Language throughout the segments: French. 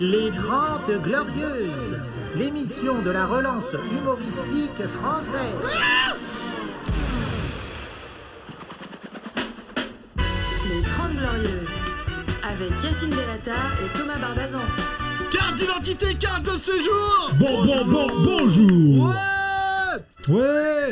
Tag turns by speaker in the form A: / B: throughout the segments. A: Les Grandes Glorieuses, l'émission de la relance humoristique française.
B: Les 30 Glorieuses, avec Yacine Delata et Thomas Barbazan.
C: Carte d'identité, carte de séjour
D: Bon, bon, bon, bonjour
C: Ouais
D: Ouais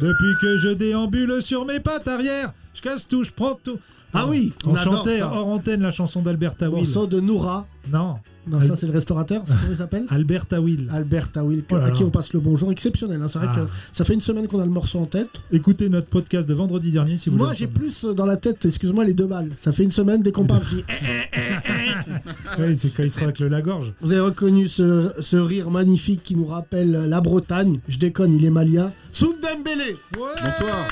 D: Depuis que je déambule sur mes pattes arrière, je casse tout, je prends tout.
C: Ah oui, on
D: On
C: adore
D: chantait
C: ça.
D: hors antenne la chanson d'Albert
E: Bon,
D: Will.
E: sang de Noura.
D: Non,
E: Non, ça c'est le restaurateur, c'est comment il s'appelle
D: Albert Will.
E: Albert Tawil,
D: Oh là
E: à
D: là.
E: qui on passe le bonjour. Exceptionnel, hein. c'est vrai
D: Ah.
E: que ça fait une semaine qu'on a le morceau en tête.
D: Écoutez notre podcast de vendredi dernier si vous
E: Moi
D: voulez.
E: j'ai plus euh, dans la tête, excuse-moi, les deux balles. Ça fait une semaine dès qu'on parle. je dis, Eh,
D: Oui, c'est quand il se racle la gorge.
E: vous avez reconnu ce, ce rire magnifique qui nous rappelle la Bretagne. Je déconne, il est malien. Soundembele
C: Bonsoir.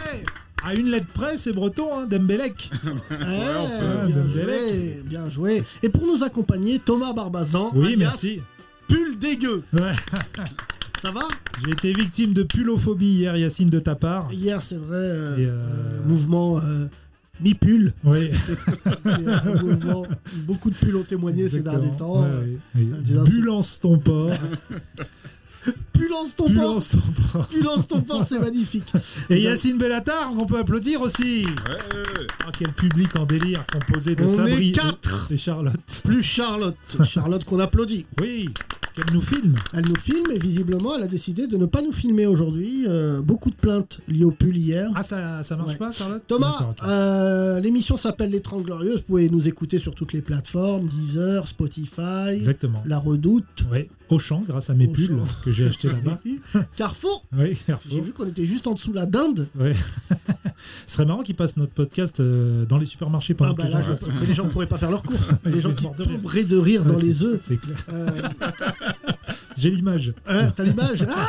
D: À une lettre près, c'est breton, hein, Dembélec.
E: Eh,
D: peut.
E: bien,
D: Dembélé.
E: joué, bien joué. Et pour nous accompagner, Thomas Barbazan.
D: Oui,
E: alias
D: merci.
E: Pull dégueu.
D: Ouais.
E: Ça va
D: J'ai été victime de pulophobie hier, Yacine, de ta part.
E: Hier, c'est vrai, euh,
D: Et, euh,
E: euh, le mouvement euh, mi-pull.
D: Oui.
E: qui est un mouvement- euh, beaucoup de pulls ont témoigné ces derniers temps. Un désastre.
D: Bulance euh, ton port.
E: Pull lance ton port,
D: Bulance ton port.
E: pull lance ton port, c'est magnifique.
D: Et Yacine Bellatar, qu'on peut applaudir aussi. Ah, quel public en délire composé de
E: On
D: Sabri
E: est quatre.
D: et, et Charlotte.
E: Plus Charlotte, Charlotte qu'on applaudit.
D: Oui, qu'elle nous filme.
E: Elle nous filme et visiblement elle a décidé de ne pas nous filmer aujourd'hui. Euh, beaucoup de plaintes liées au pull hier.
D: Ah, ça, ça marche
E: Ouais.
D: pas, Charlotte
E: Thomas,
D: D'accord, ok.
E: euh, l'émission s'appelle Les 30 Glorieuses. Vous pouvez nous écouter sur toutes les plateformes Deezer, Spotify,
D: Exactement.
E: La Redoute,
D: Ouais. Auchan, grâce à mes
E: Auchan.
D: pulls que j'ai achetés là-bas.
E: Carrefour.
D: Oui, Carrefour.
E: J'ai vu qu'on était juste en dessous la dinde.
D: Ouais. Ce serait marrant qu'ils passent notre podcast euh, dans les supermarchés pendant
E: Ah bah
D: que les
E: là,
D: gens-
E: je- mais les gens ne pourraient pas faire leurs courses.
D: Ils
E: Des gens
D: sont
E: qui
D: morts de rire.
E: tomberaient de rire dans
D: Ouais,
E: les
D: c'est-
E: œufs.
D: C'est clair.
E: Euh,
D: J'ai l'image.
E: hein, T'as l'image Ah,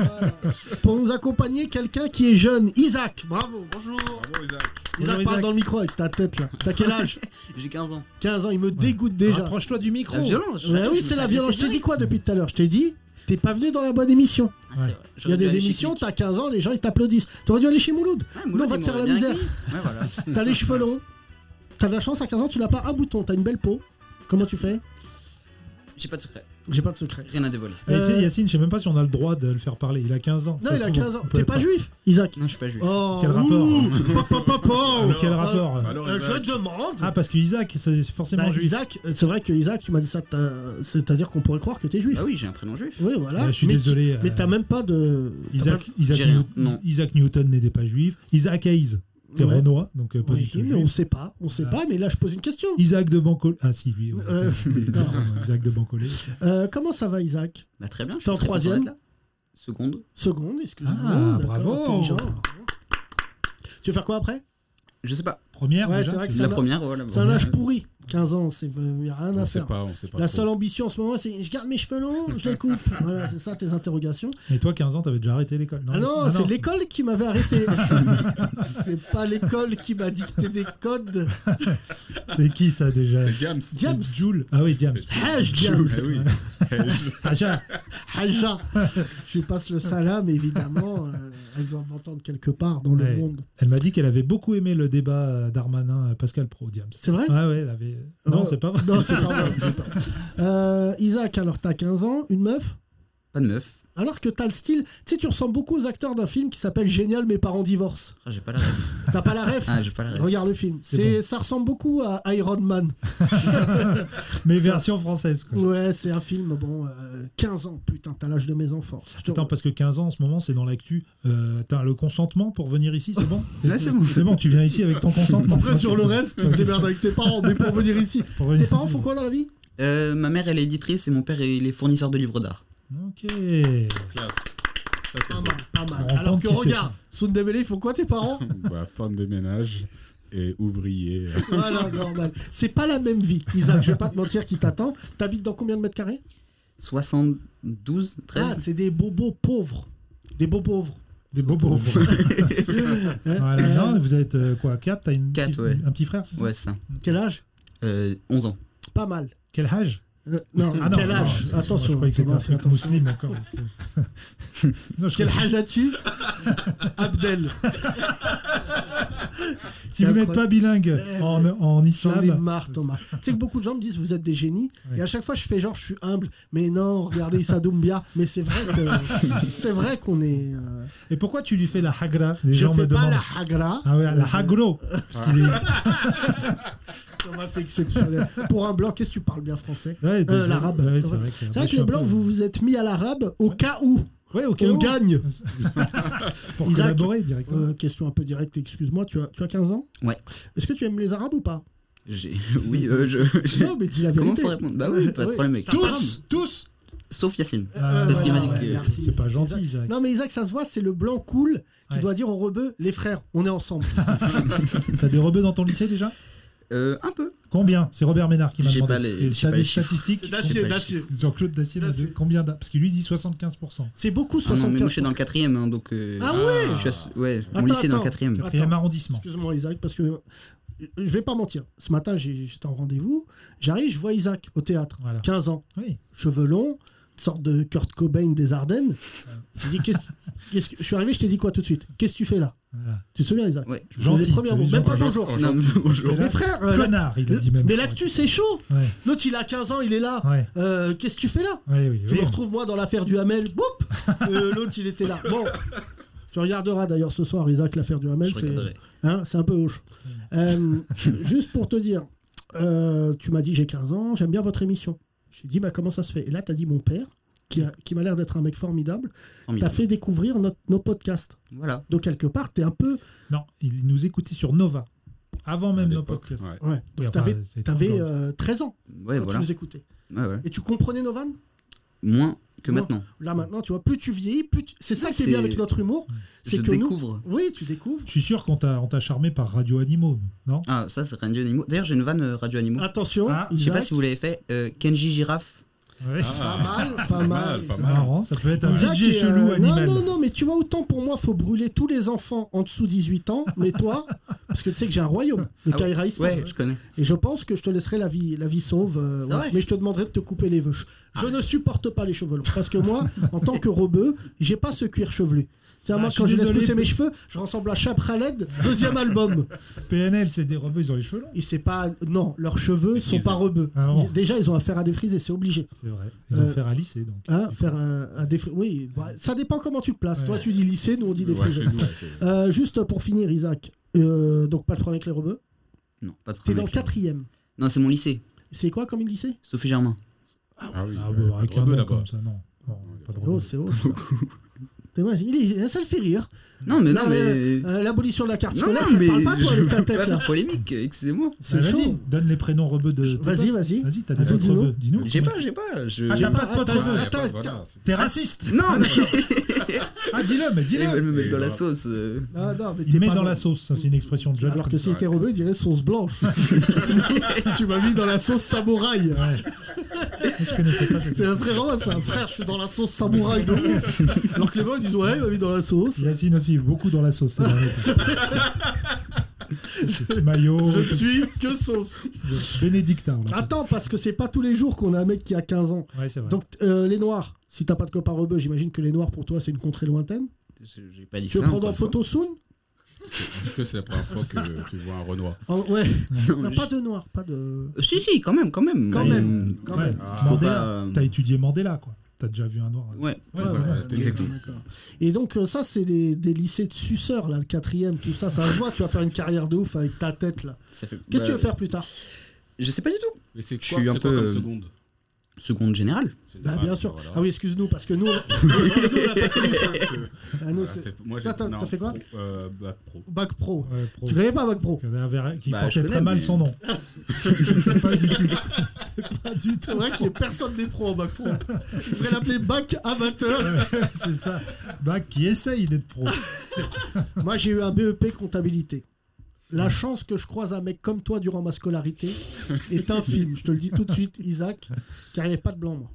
E: ah, voilà. Pour nous accompagner, quelqu'un qui est jeune, Isaac. Bravo.
F: Bonjour.
E: Isaac,
D: Bonjour,
E: parle
D: Isaac.
E: dans le micro avec ta tête là. T'as quel âge
F: J'ai 15 ans.
E: 15 ans, il me dégoûte déjà.
D: Rapproche-toi du micro.
F: La violence.
E: Ouais, oui,
F: je
E: c'est
F: me
E: la
F: fais
E: violence.
F: agresser
E: Je t'ai dit
F: direct.
E: quoi depuis tout à l'heure Je t'ai dit, t'es pas venu dans la bonne émission.
F: Ah, c'est vrai.
E: Il y a
F: J'aurais dû
E: des
F: aller chez
E: émissions,
F: Click.
E: t'as 15 ans, les gens ils t'applaudissent. T'aurais dû aller chez Mouloud.
F: Ah,
E: Nous,
F: Mouloud,
E: on va
F: il
E: te faire la
F: m'aurait bien
E: misère.
F: accueilli. Ouais, voilà.
E: T'as les cheveux longs. T'as de la chance à 15 ans, tu n'as pas un bouton, t'as une belle peau. Comment tu fais
F: J'ai pas de secret.
E: J'ai pas de secret.
F: Rien à dévoiler.
D: Et tu sais,
E: Euh,
D: Yacine, je sais même pas si on a le droit de le faire parler. Il a 15 ans.
E: Non,
D: Ça
E: il
D: se
E: a
D: trouve,
E: 15 ans.
D: on peut
E: T'es
D: être
E: pas
D: un-
E: juif, Isaac
F: Non, je suis pas juif.
E: Oh,
D: Quel rapport
E: ouh, pa, pa, pa, pa.
D: Quel
E: Euh,
D: rapport euh
E: euh, Je demande.
D: Ah, parce que Isaac, c'est forcément
E: Bah,
D: juif.
E: Isaac, euh, c'est vrai que Isaac, tu m'as dit ça, t'as- c'est-à-dire qu'on pourrait croire que t'es juif.
F: Bah oui, j'ai un prénom juif.
E: Oui, voilà.
D: Ouais, Ah je suis
E: Ah, mais
D: désolé.
E: mais
D: euh,
E: t'as même pas de. t'as
D: Isaac, Isaac,
F: J'ai rien,
D: Newton-
F: non.
D: Isaac Newton n'était pas juif. Isaac Hayes,
E: pas-
D: t'es
E: Ouais.
D: renois, donc euh, pas
E: Oui,
D: du tout
E: mais on
D: juif.
E: sait pas, on sait
D: Ah.
E: pas, mais là je pose une question.
D: Isaac de Bancolé. Ah si, lui. ouais,
E: Euh,
D: t'es- t'es- Isaac de Bancolé.
E: Euh, comment ça va, Isaac
F: Bah très bien. je suis
E: T'es en
F: très content
E: troisième.
F: d'être là. Seconde.
E: Seconde, excuse-moi.
D: Ah,
E: d'accord,
D: bravo.
E: intelligent. Tu veux faire quoi après
F: Je sais pas.
D: Première.
E: Ouais,
D: déjà,
E: c'est vrai que
D: tu-
E: ça
F: La
E: va.
F: première, voilà.
E: C'est un âge pourri. 15 ans, c'est euh, y a rien à
G: On sait
E: faire.
G: pas, on sait pas.
E: La
G: trop.
E: seule ambition en ce moment, c'est je garde mes cheveux longs, je les coupe. voilà, c'est ça tes interrogations.
D: Et toi, 15 ans, t'avais déjà arrêté l'école.
E: Ah non, c'est l'école qui m'avait arrêté. c'est pas l'école qui m'a dicté des codes.
D: C'est qui ça déjà
G: C'est James.
E: James.
D: Jules. Ah oui, James.
E: Haj James.
G: Jules, eh oui.
D: Ah, ja.
E: Haja. Je passe le salam, évidemment. euh, elle doit m'entendre quelque part dans le
D: Ouais.
E: monde.
D: Elle m'a dit qu'elle avait beaucoup aimé le débat euh, Darmanin euh, Pascal Pro James.
E: C'est vrai Oh.
D: Ouais ouais, elle avait. Non,
E: Ouais.
D: c'est pas vrai.
E: Non, c'est pas vrai. c'est pas vrai. Euh, Isaac, alors t'as 15 ans, une meuf
F: Pas de meuf.
E: alors que t'as le style, tu sais, tu ressembles beaucoup aux acteurs d'un film qui s'appelle Génial, mes parents divorcent.
F: Ah, j'ai pas la rêve.
E: T'as pas la ref
F: Ah, j'ai pas la rêve.
E: Regarde le film.
D: C'est
E: C'est, Ça ressemble beaucoup à Iron Man.
D: Mais version française quoi.
E: Ouais, c'est un film, bon, euh, 15 ans, putain, t'as l'âge de mes enfants. Je te-
D: Attends, parce que 15 ans en ce moment, c'est dans l'actu. Euh, T'as le consentement pour venir ici, c'est bon
F: Là, c'est bon.
D: C'est bon, tu viens ici avec ton consentement.
E: Après, sur le reste, tu te démerdes avec tes parents, mais pour venir ici.
D: Pour
E: Tes
D: venir
E: parents
D: ici.
E: font quoi dans la vie
F: Euh, ma mère, elle est éditrice et mon père, il est fournisseur de livres d'art.
D: Ok.
G: Classe. Ça, c'est
E: Pas
G: bon.
E: mal, pas mal.
D: On
E: Alors
D: rencontre
E: que
D: qui c'est.
E: regarde, Sundebele, ils font quoi tes parents
G: Bah, femme de ménage et ouvrier.
E: Voilà, normal. C'est pas la même vie, Isaac, je vais pas te mentir qui t'attend. T'habites dans combien de mètres carrés
F: 72,
E: Ah,
F: 13.
E: c'est des bobos pauvres. Des beaux pauvres.
D: Des bobos. voilà, non, vous êtes euh, quoi 4 T'as une
F: Quatre,
D: petite-
F: ouais.
D: un petit frère, c'est ça
F: ouais, c'est ça.
E: Quel âge
F: Euh, 11 ans.
E: Pas mal.
D: Quel âge
E: Euh, Non,
D: Ah non,
E: quel
D: non,
E: âge
D: excuse-moi, Je
E: Attention,
D: croyais que c'était
E: Thomas,
D: un
E: fais
D: truc
E: attention.
D: musulman encore. Non, je
E: Quel
D: croyais-
E: âge as-tu Abdel.
D: Si vous n'êtes pas bilingue
E: Eh,
D: en, en
E: J'en ai
D: islam,
E: marre, Thomas. tu sais que beaucoup de gens me disent vous êtes des génies.
D: Ouais.
E: Et à chaque fois, je fais genre je suis humble. Mais non, regardez Issa Doumbia. Mais c'est vrai que c'est vrai qu'on est. euh,
D: et pourquoi tu lui fais la hagra Les
E: je
D: gens
E: fais
D: me
E: pas
D: demandent.
E: la hagra.
D: Ah ouais, la
E: Euh,
D: hagro. Parce qu'il est-
E: Thomas, c'est exceptionnel. Pour un blanc, qu'est-ce que tu parles bien français
D: Ouais,
E: Euh,
D: désolé.
E: L'arabe.
D: Ouais,
E: c'est vrai.
D: que-
E: C'est vrai
D: je
E: que
D: suis
E: les
D: un
E: blancs,
D: peu-
E: vous vous êtes mis à l'arabe au cas où
D: Ouais, au cas
E: on
D: où.
E: gagne.
D: Pour
E: Isaac.
D: collaborer directement.
E: Euh, question un peu directe, excuse-moi, tu as, tu as 15 ans
F: Ouais.
E: Est-ce que tu aimes les arabes ou pas
F: J'ai- Oui, euh, je. je-
E: Non, mais dis la
F: Comment
E: vérité.
F: faut répondre Bah oui, pas de
E: Oui.
F: problème avec
G: Tous Tous
F: Sauf Yacine.
D: Ah,
F: parce qu'il m'a dit
E: ouais,
F: que-
D: c'est-
E: merci.
D: C'est pas gentil, Isaac.
E: Non, mais Isaac, ça se voit, c'est le blanc cool qui
D: Ouais.
E: doit dire aux rebeux les frères, on est ensemble.
D: T'as des rebeux dans ton lycée déjà
F: Euh, un peu.
D: Combien C'est Robert Ménard qui m'a
F: J'ai
D: demandé.
F: pas les-
D: Et
F: j'ai
D: T'as
F: pas
D: des
F: les chiffres.
D: statistiques
F: J'ai pas
E: D'acier,
F: les
E: d'acier.
D: Jean-Claude Dacier,
E: Dacier.
D: de- combien d'a- Parce qu'il lui dit 75%.
E: C'est beaucoup
F: Ah non, mais moi je suis dans
E: 75%.
F: le quatrième, hein, donc. euh,
E: Ah ouais
F: je suis assez- Ouais, mon
E: Attends,
F: lycée est dans le
E: attends.
F: quatrième.
D: Quatrième arrondissement.
E: Excuse-moi, Isaac, parce que euh, je vais pas mentir. Ce matin, j'ai- j'étais en rendez-vous, j'arrive, je vois Isaac au théâtre,
D: Voilà.
E: 15 ans,
D: Oui.
E: cheveux longs, sorte de Kurt Cobain des Ardennes. Je dis, qu'est-ce- qu'est-ce que- je suis arrivé, je t'ai dit quoi tout de suite Qu'est-ce que tu fais là
D: Voilà.
E: Tu te souviens, Isaac
F: Ouais.
E: Je vous ai dit
D: Gentil,
E: les premiers
D: t'as
E: mots,
D: dit
E: même pas
D: gentil.
E: bonjour.
F: Non, mais bonjour.
D: C'est là-
E: Mais frère, euh,
D: Connard, il a dit même.
E: mais
D: je crois.
E: l'actu c'est chaud.
D: Ouais,
E: L'autre il a 15 ans, il est là.
D: ouais,
E: Euh, Qu'est-ce que tu fais là
D: ouais, oui,
E: Je
D: oui.
E: me retrouve moi dans l'affaire du Hamel. Boop Euh, L'autre il était là. Bon, tu regarderas d'ailleurs ce soir Isaac l'affaire du Hamel.
F: Je
E: c'est-
F: regarderai.
E: hein, C'est un peu hoche. Euh, juste pour te dire, euh, tu m'as dit j'ai 15 ans, j'aime bien votre émission. J'ai dit bah comment ça se fait Et là t'as dit mon père qui a- qui m'a l'air d'être un mec formidable, t'as
F: Formidable.
E: fait découvrir notre- nos podcasts.
F: Voilà.
E: Donc quelque part t'es un peu
D: Non, il nous écoutait sur Nova. Avant même
G: À
D: nos
G: l'époque,
D: podcasts.
G: ouais.
E: ouais.
D: Oui,
E: Donc
D: enfin,
E: t'avais
D: c'est
E: t'avais,
D: toujours-
E: euh, 13 ans
F: Ouais,
E: quand
F: voilà.
E: tu nous écoutais.
F: Ouais, ouais.
E: Et tu comprenais nos vannes
F: Moins que
E: Moins.
F: maintenant.
E: Là maintenant, tu vois, plus tu vieillis, plus tu- c'est ça
F: Non,
E: qui est bien
F: c'est-
E: avec notre humour, c'est
F: Je
E: que nous,
F: découvre.
E: oui, tu découvres.
D: Je suis sûr qu'on t'a on t'a charmé par Radio Animaux, non
F: Ah, ça, c'est Radio Animaux. D'ailleurs, j'ai une vanne euh, Radio Animaux.
E: Attention,
D: Ah,
F: je sais pas
E: Isaac,
F: si vous l'avez fait. euh, Kenji Girafe.
D: Ouais, Ah, c'est
E: pas mal, pas mal.
G: pas
D: c'est
G: mal.
D: marrant, ça peut être un
E: Isaac
D: sujet
E: est, euh,
D: chelou
E: non,
D: animal.
E: non, non, mais tu vois, autant pour moi, faut brûler tous les enfants en dessous de 18 ans, mais toi, parce que tu sais que j'ai un royaume, le
F: Ah ouais.
E: Kaira Islam.
F: Ouais, je connais.
E: et je pense que je te laisserai la vie, la vie sauve,
F: C'est
E: euh, ouais,
F: vrai
E: mais je te demanderai de te couper les veuches. Je ne supporte pas les cheveux longs, parce que moi, en tant que rebeu, j'ai pas ce cuir chevelu. Tiens,
D: Ah,
E: moi,
D: je
E: quand
D: suis
E: je laisse
D: désolé.
E: pousser mes cheveux, je ressemble à Chapraled, deuxième album.
D: PNL, c'est des rebeux, ils ont les cheveux longs.
E: Et c'est pas. Non, leurs cheveux sont
G: Frisés.
E: pas rebeux.
D: Ah bon
E: Ils- déjà, ils ont affaire à des frisés, c'est obligé.
D: C'est vrai. Ils ont
E: Euh,
D: fait à lycée, donc.
E: Hein, faire un, un défri- Oui, bah, ça dépend comment tu te places.
D: Ouais.
E: Toi, tu dis lycée, nous, on dit des
G: Ouais,
E: frisés.
G: chez nous, ouais, c'est-
E: Euh, juste pour finir, Isaac, euh, donc pas de problème avec les rebeux.
F: Non, pas de
E: T'es
F: problème.
E: dans le quatrième.
F: Non, c'est mon lycée.
E: C'est quoi comme lycée
F: Sophie Germain.
G: Ah oui,
D: Ah,
G: ouais,
D: bah,
G: pas de
D: avec un
G: rebeu
D: nom
G: là-bas.
D: comme ça, non. Non, pas de
E: Oh,
D: rebeux.
E: c'est haut. ça. T'es mal- il est- Ça le fait rire.
F: Non, mais
E: Là,
F: non, mais.
E: euh, euh, L'abolition de la carte
F: non,
E: scolaire,
F: non,
E: ça
F: mais.
E: te parle pas, toi,
F: je
E: avec ta
F: veux
E: tête
F: pas
E: là.
F: faire polémique, euh, excusez-moi.
E: C'est
D: Ah,
E: chaud.
D: Vas-y, donne les prénoms rebeux de.
E: Vas-y, vas-y.
D: Vas-y, t'as des
E: Vas-y,
D: potes
E: dis-nous.
D: rebeux. Dis-nous.
F: J'ai pas, j'ai pas. je-
D: Ah,
F: j'ai-
D: t'as pas de potes
E: Attends,
D: rebeux.
E: attends,
G: Ouais,
E: attends.
G: voilà, c'est-
D: T'es raciste.
F: Non, mais
D: Ah, dis-le, mais
F: ils veulent
D: dis-le.
F: me mettre dans la
G: voilà.
F: sauce. euh.
E: Ah, non, mais t'es
D: Il met
E: pas
D: dans la sauce, ça c'est une expression de jeune.
E: Alors que si
G: Ouais.
E: était rebeu, il dirait sauce blanche. tu m'as mis dans la sauce samouraï.
D: Ouais. Je connaissais pas cette
E: C'est un serait vraiment ça. Frère, je suis dans la sauce samouraï de ouf. Alors que les blancs ils disent ouais, il m'a mis dans la sauce.
D: Yacine aussi, beaucoup dans la sauce ces derniers temps. Maillot,
E: Je ne suis que sauce.
D: Bénédictin. on l'appelle.
E: Attends, parce que c'est pas tous les jours qu'on a un mec qui a 15 ans.
D: Ouais, c'est vrai.
E: Donc euh, les noirs, si t'as pas de copain rebeu, j'imagine que les noirs pour toi c'est une contrée lointaine.
F: Je- J'ai pas dit
E: Tu
F: ça.
E: veux prendre en
F: encore une
E: photo soon
G: Est-ce que c'est la première fois que tu vois un Renoir
E: Ah, Ouais.
F: fois. Non,
E: Non,
F: je-
E: pas de noir, pas de.
F: Euh, Si, si, quand même, quand même.
E: Quand
F: Mais-
E: même. Quand
D: Ouais.
E: même.
G: Ah,
F: faut
D: Mandela,
F: pas, euh,
D: t'as étudié Mandela, quoi. T'as déjà vu un noir. hein.
F: Ouais.
E: Ouais,
G: ouais,
E: ouais,
G: ouais,
E: d'accord,
G: exactement.
E: d'accord. Et donc euh, ça c'est des, des lycées de suceurs là, le quatrième, tout ça, ça se voit, tu vas faire une carrière de ouf avec ta tête là.
F: Ça fait...
E: Qu'est-ce que
F: bah,
E: tu veux faire plus tard
F: Je sais pas du tout.
G: Mais c'est
F: Je
G: quoi,
F: suis un
G: c'est quoi
F: peu,
G: comme
F: euh,
G: seconde
F: Seconde générale.
E: Bah
G: Général,
E: bien sûr.
G: voilà.
E: Ah oui, excuse-nous parce que nous, on a- excuse-nous, on a pas connu ça. Ah, nous,
G: Voilà,
E: c'est-
G: c'est- Moi, j'ai
E: Toi, t'as-
G: non,
E: t'as fait quoi
G: pro- euh, Bac pro.
E: Bac pro.
D: Ouais, pro.
E: Tu connais pas Bac pro
D: Il y en a un verre Qui
F: Bah,
D: portait
F: je connais,
D: très mal
F: mais-
D: son nom. pas du tout. pas du
E: C'est
D: tout.
E: vrai qu'il n'y a personne des pros en Bac pro. Je pourrais l'appeler Bac amateur.
D: Ouais, c'est ça. Bah, qui essaye d'être pro.
E: Moi, j'ai eu un BEP comptabilité. La chance que je croise un mec comme toi durant ma scolarité est infime. Je te le dis tout de suite, Isaac, car il n'y avait pas de blanc, moi.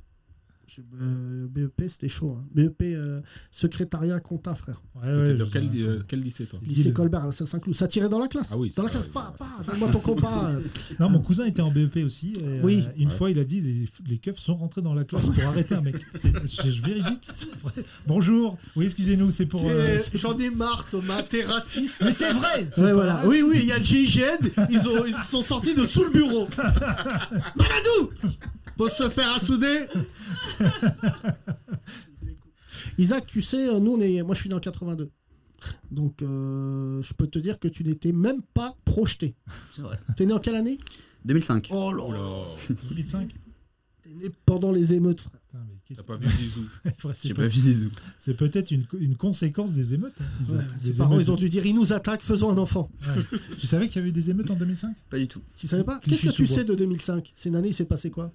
E: Je- euh, BEP, c'était chaud. hein. BEP, euh, secrétariat compta, frère.
D: Ouais,
G: T'étais
D: ouais,
G: dans
D: je
G: quel,
D: sais,
G: euh,
D: ça.
G: quel lycée, toi
E: Lycée
D: Dis-le.
E: Colbert, à Saint-Cloud. Ça tirait dans la classe.
G: Ah oui,
E: dans la
G: ça,
E: classe,
G: oui,
E: pas,
G: ça,
E: pas, donne-moi ton compas. euh.
D: Non, mon cousin était en BEP aussi. et, euh,
E: Oui.
D: une
G: Ouais.
D: fois, il a dit les, les keufs sont rentrés dans la classe pour arrêter un mec. C'est c'est véridique. c'est vrai. Bonjour. Oui, excusez-nous, c'est pour. euh,
C: C'est-
D: c'est-
C: J'en ai marre, Thomas, t'es raciste.
D: Mais c'est vrai. c'est
E: Ouais,
D: pas
E: voilà.
D: vrai.
C: Oui, oui, il y a le GIGN, ils, ont, ils sont sortis de sous le bureau. Mamadou Faut se faire assouder
E: Isaac, tu sais, euh, nous, on est... moi, je suis dans 82. Donc, euh, je peux te dire que tu n'étais même pas projeté.
F: C'est vrai.
E: T'es né en quelle année
F: 2005.
E: Oh là
G: Oh
E: là.
G: là
D: 2005.
E: T'es né pendant les émeutes, frère.
D: Putain, mais qu'est-ce
G: T'as pas vu Zizou
D: que- Ouais, c'est
F: J'ai
D: peut-
F: pas vu Zizou.
D: C'est peut-être une, co- une conséquence des émeutes. hein, Isaac.
E: Ouais,
D: Des
E: ses parents,
D: émeutes
E: ils ont dû dire ils nous attaquent, faisons un enfant.
D: de- Tu savais qu'il y avait des émeutes en 2005
F: Pas du tout.
E: Tu savais pas
D: Qui
E: Qu'est-ce que
D: suit
E: tu
D: sous
E: sais de 2005 C'est une année, il s'est passé quoi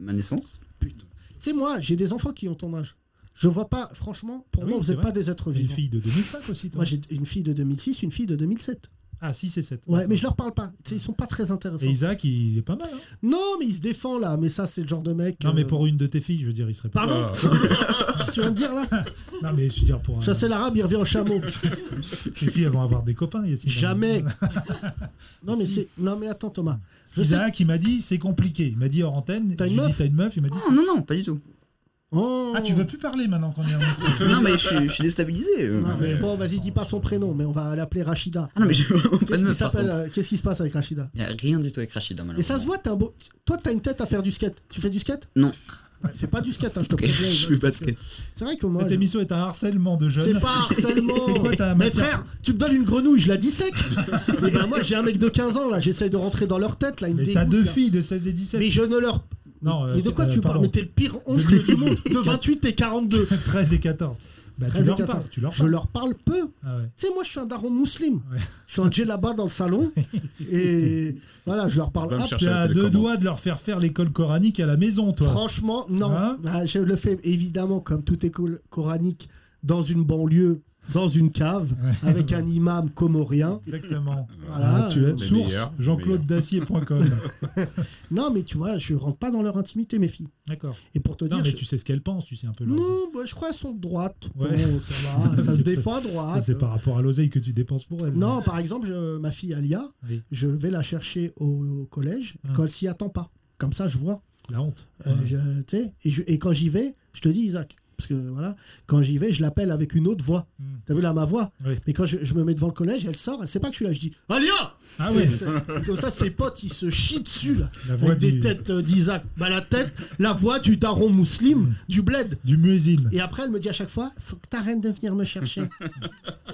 F: Ma naissance
E: Tu sais, moi, j'ai des enfants qui ont ton âge. Je vois pas, franchement, pour
D: Ah
E: moi,
D: oui,
E: vous
D: c'est
E: n'êtes pas des êtres
D: Et Une
E: vivants.
D: fille de 2005 aussi, toi
E: Moi, j'ai une fille de 2006, une fille de 2007.
D: Ah, 6 et 7.
E: Ouais, mais je leur parle pas. Tu sais, ils sont pas très intéressants.
D: Et Isaac, il est pas mal. hein.
E: Non, mais il se défend là. Mais ça, c'est le genre de mec.
D: non, mais
E: euh,
D: pour euh, une de tes filles, je veux dire, il serait pas.
E: Pardon
G: Ah.
E: Qu'est-ce que tu vas me dire là
D: Non, mais je veux dire, pour. un-
E: Chasser l'arabe, il revient en chameau.
D: Les filles, elles vont avoir des copains, Yacine.
E: Jamais. Non, mais
D: Si.
E: c'est. Non, mais attends, Thomas. Je sais.
D: Isaac, il m'a dit, c'est compliqué. Il m'a dit hors antenne.
E: T'as une
D: je lui ai dit,
E: meuf
D: T'as une meuf Il m'a dit.
F: Non, non, non, pas du tout.
E: Oh.
D: Ah, tu veux plus parler maintenant qu'on est en micro
F: Non, mais je suis, je suis déstabilisé. euh.
E: Non, mais Bon, vas-y, dis pas son prénom, mais on va l'appeler Rachida.
F: Ah non, mais j'ai vraiment pas
E: Qu'est-ce
F: de
E: qui
F: meuf par
E: s'appelle
F: contre.
E: euh, Qu'est-ce qui se passe avec Rachida
F: Il y a rien du tout avec Rachida,
E: Et
F: malheureusement.
E: ça se voit, t'as un beau. Toi, t'as une tête à faire du skate. Tu fais du skate
F: Non.
E: Ouais, Fais pas du skate, hein, je te
F: Ok,
E: préviens.
F: je fais pas de skate.
E: C'est vrai que moi.
D: Cette
E: je-
D: émission est un harcèlement de jeunes.
E: C'est pas harcèlement.
D: C'est quoi ta
E: Mais
D: matière
E: frère, tu me donnes une grenouille, je la dissèque. Et ben moi, j'ai un mec de 15 ans là, j'essaye de rentrer dans leur tête là, ils me
D: Mais t'as
E: dégoûtent,
D: deux
E: là.
D: filles de 16 et 17.
E: Mais je ne leur.
D: Non, euh,
E: mais de quoi
D: euh,
E: tu parles
D: pardon.
E: Mais t'es le pire oncle du monde. De 28 et 42.
D: 13 et 14. Bah,
E: 13
D: Ah, tu
E: et
D: leur
E: 14.
D: parles. Tu leur
E: Je
D: parles.
E: leur parle peu.
D: Ah ouais.
E: Tu sais, moi, je suis un daron musulman.
D: Ouais.
E: Je suis un djellaba dans le salon. Et voilà, je leur parle.
G: Va me
E: hop,
G: chercher
D: T'es
G: la
D: à deux
G: télécommande.
D: doigts de leur faire faire l'école coranique à la maison, toi.
E: Franchement, non.
D: Hein
E: Ah, je le fais évidemment comme tout école coranique dans une banlieue, dans une cave, avec un imam comorien.
D: Exactement.
E: Voilà,
D: Ah, tu
E: euh,
D: as
G: Les
D: source
G: meilleurs, les
D: Jean-Claude Dacier.com.
E: Non, mais tu vois, je rentre pas dans leur intimité, mes filles.
D: D'accord.
E: Et pour te
D: Non,
E: dire,
D: mais
E: je-
D: tu sais ce qu'elle pense, tu sais un peu leur-
E: non, bah, je crois qu'elles sont de droite.
D: Ouais.
E: Bon, ça va, ça se
D: C'est-
E: défend à
D: Ça,
E: droite.
D: c'est par rapport à l'oseille que tu dépenses pour elle.
E: hein. Non, par exemple, je- ma fille Alia,
D: Oui.
E: je vais la chercher au, au collège
D: Hum.
E: quand elle s'y attend pas. Comme ça, je vois.
D: La honte.
E: Euh,
D: Ouais.
E: je- tu sais, et, je- et quand j'y vais, je te dis Isaac. Parce que voilà, quand j'y vais, je l'appelle avec une autre voix.
D: Hum.
E: T'as vu là ma voix
D: Oui.
E: Mais quand je, je me mets devant le collège, elle sort, elle sait pas que je suis là. Je dis Alia
D: Ah ouais,
E: Et c'est- et Comme ça, ses potes, ils se chient dessus là.
D: la voix
E: Avec des
D: du,
E: têtes euh, d'Isaac. Bah, la tête, la voix du daron musulman,
D: Hmm.
E: du bled.
D: du muezzin.
E: Et après, elle me dit à chaque fois, faut que t'arrêtes de venir me chercher.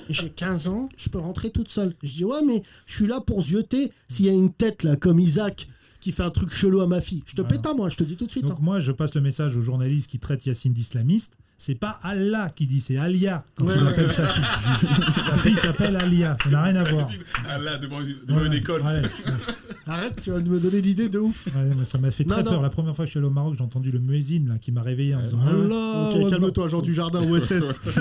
E: J'ai 15 ans, je peux rentrer toute seule. Je dis, ouais, mais je suis là pour zioter s'il y a une tête, là, comme Isaac, qui fait un truc chelou à ma fille. Je te
D: Voilà.
E: pète à moi, je te dis tout de suite.
D: Donc
E: hein.
D: moi, je passe le message aux journalistes qui traitent Yacine d'islamiste. C'est pas Allah qui dit, c'est Alia quand
E: Ouais,
D: il
E: ouais.
D: appelle sa fille. sa fille s'appelle Alia. Ça n'a rien à voir.
G: Ah là, devant une devant une
D: Ouais,
G: école.
D: ouais,
E: Arrête, tu vas me donner l'idée de ouf.
D: ouais, mais ça m'a fait
E: Non,
D: très
E: non.
D: peur. La première fois que je suis allé au Maroc, j'ai entendu le muezzin là, qui m'a réveillé en disant Ah, Allah,
E: Ok,
D: Akbar.
E: calme-toi, genre du jardin OSS.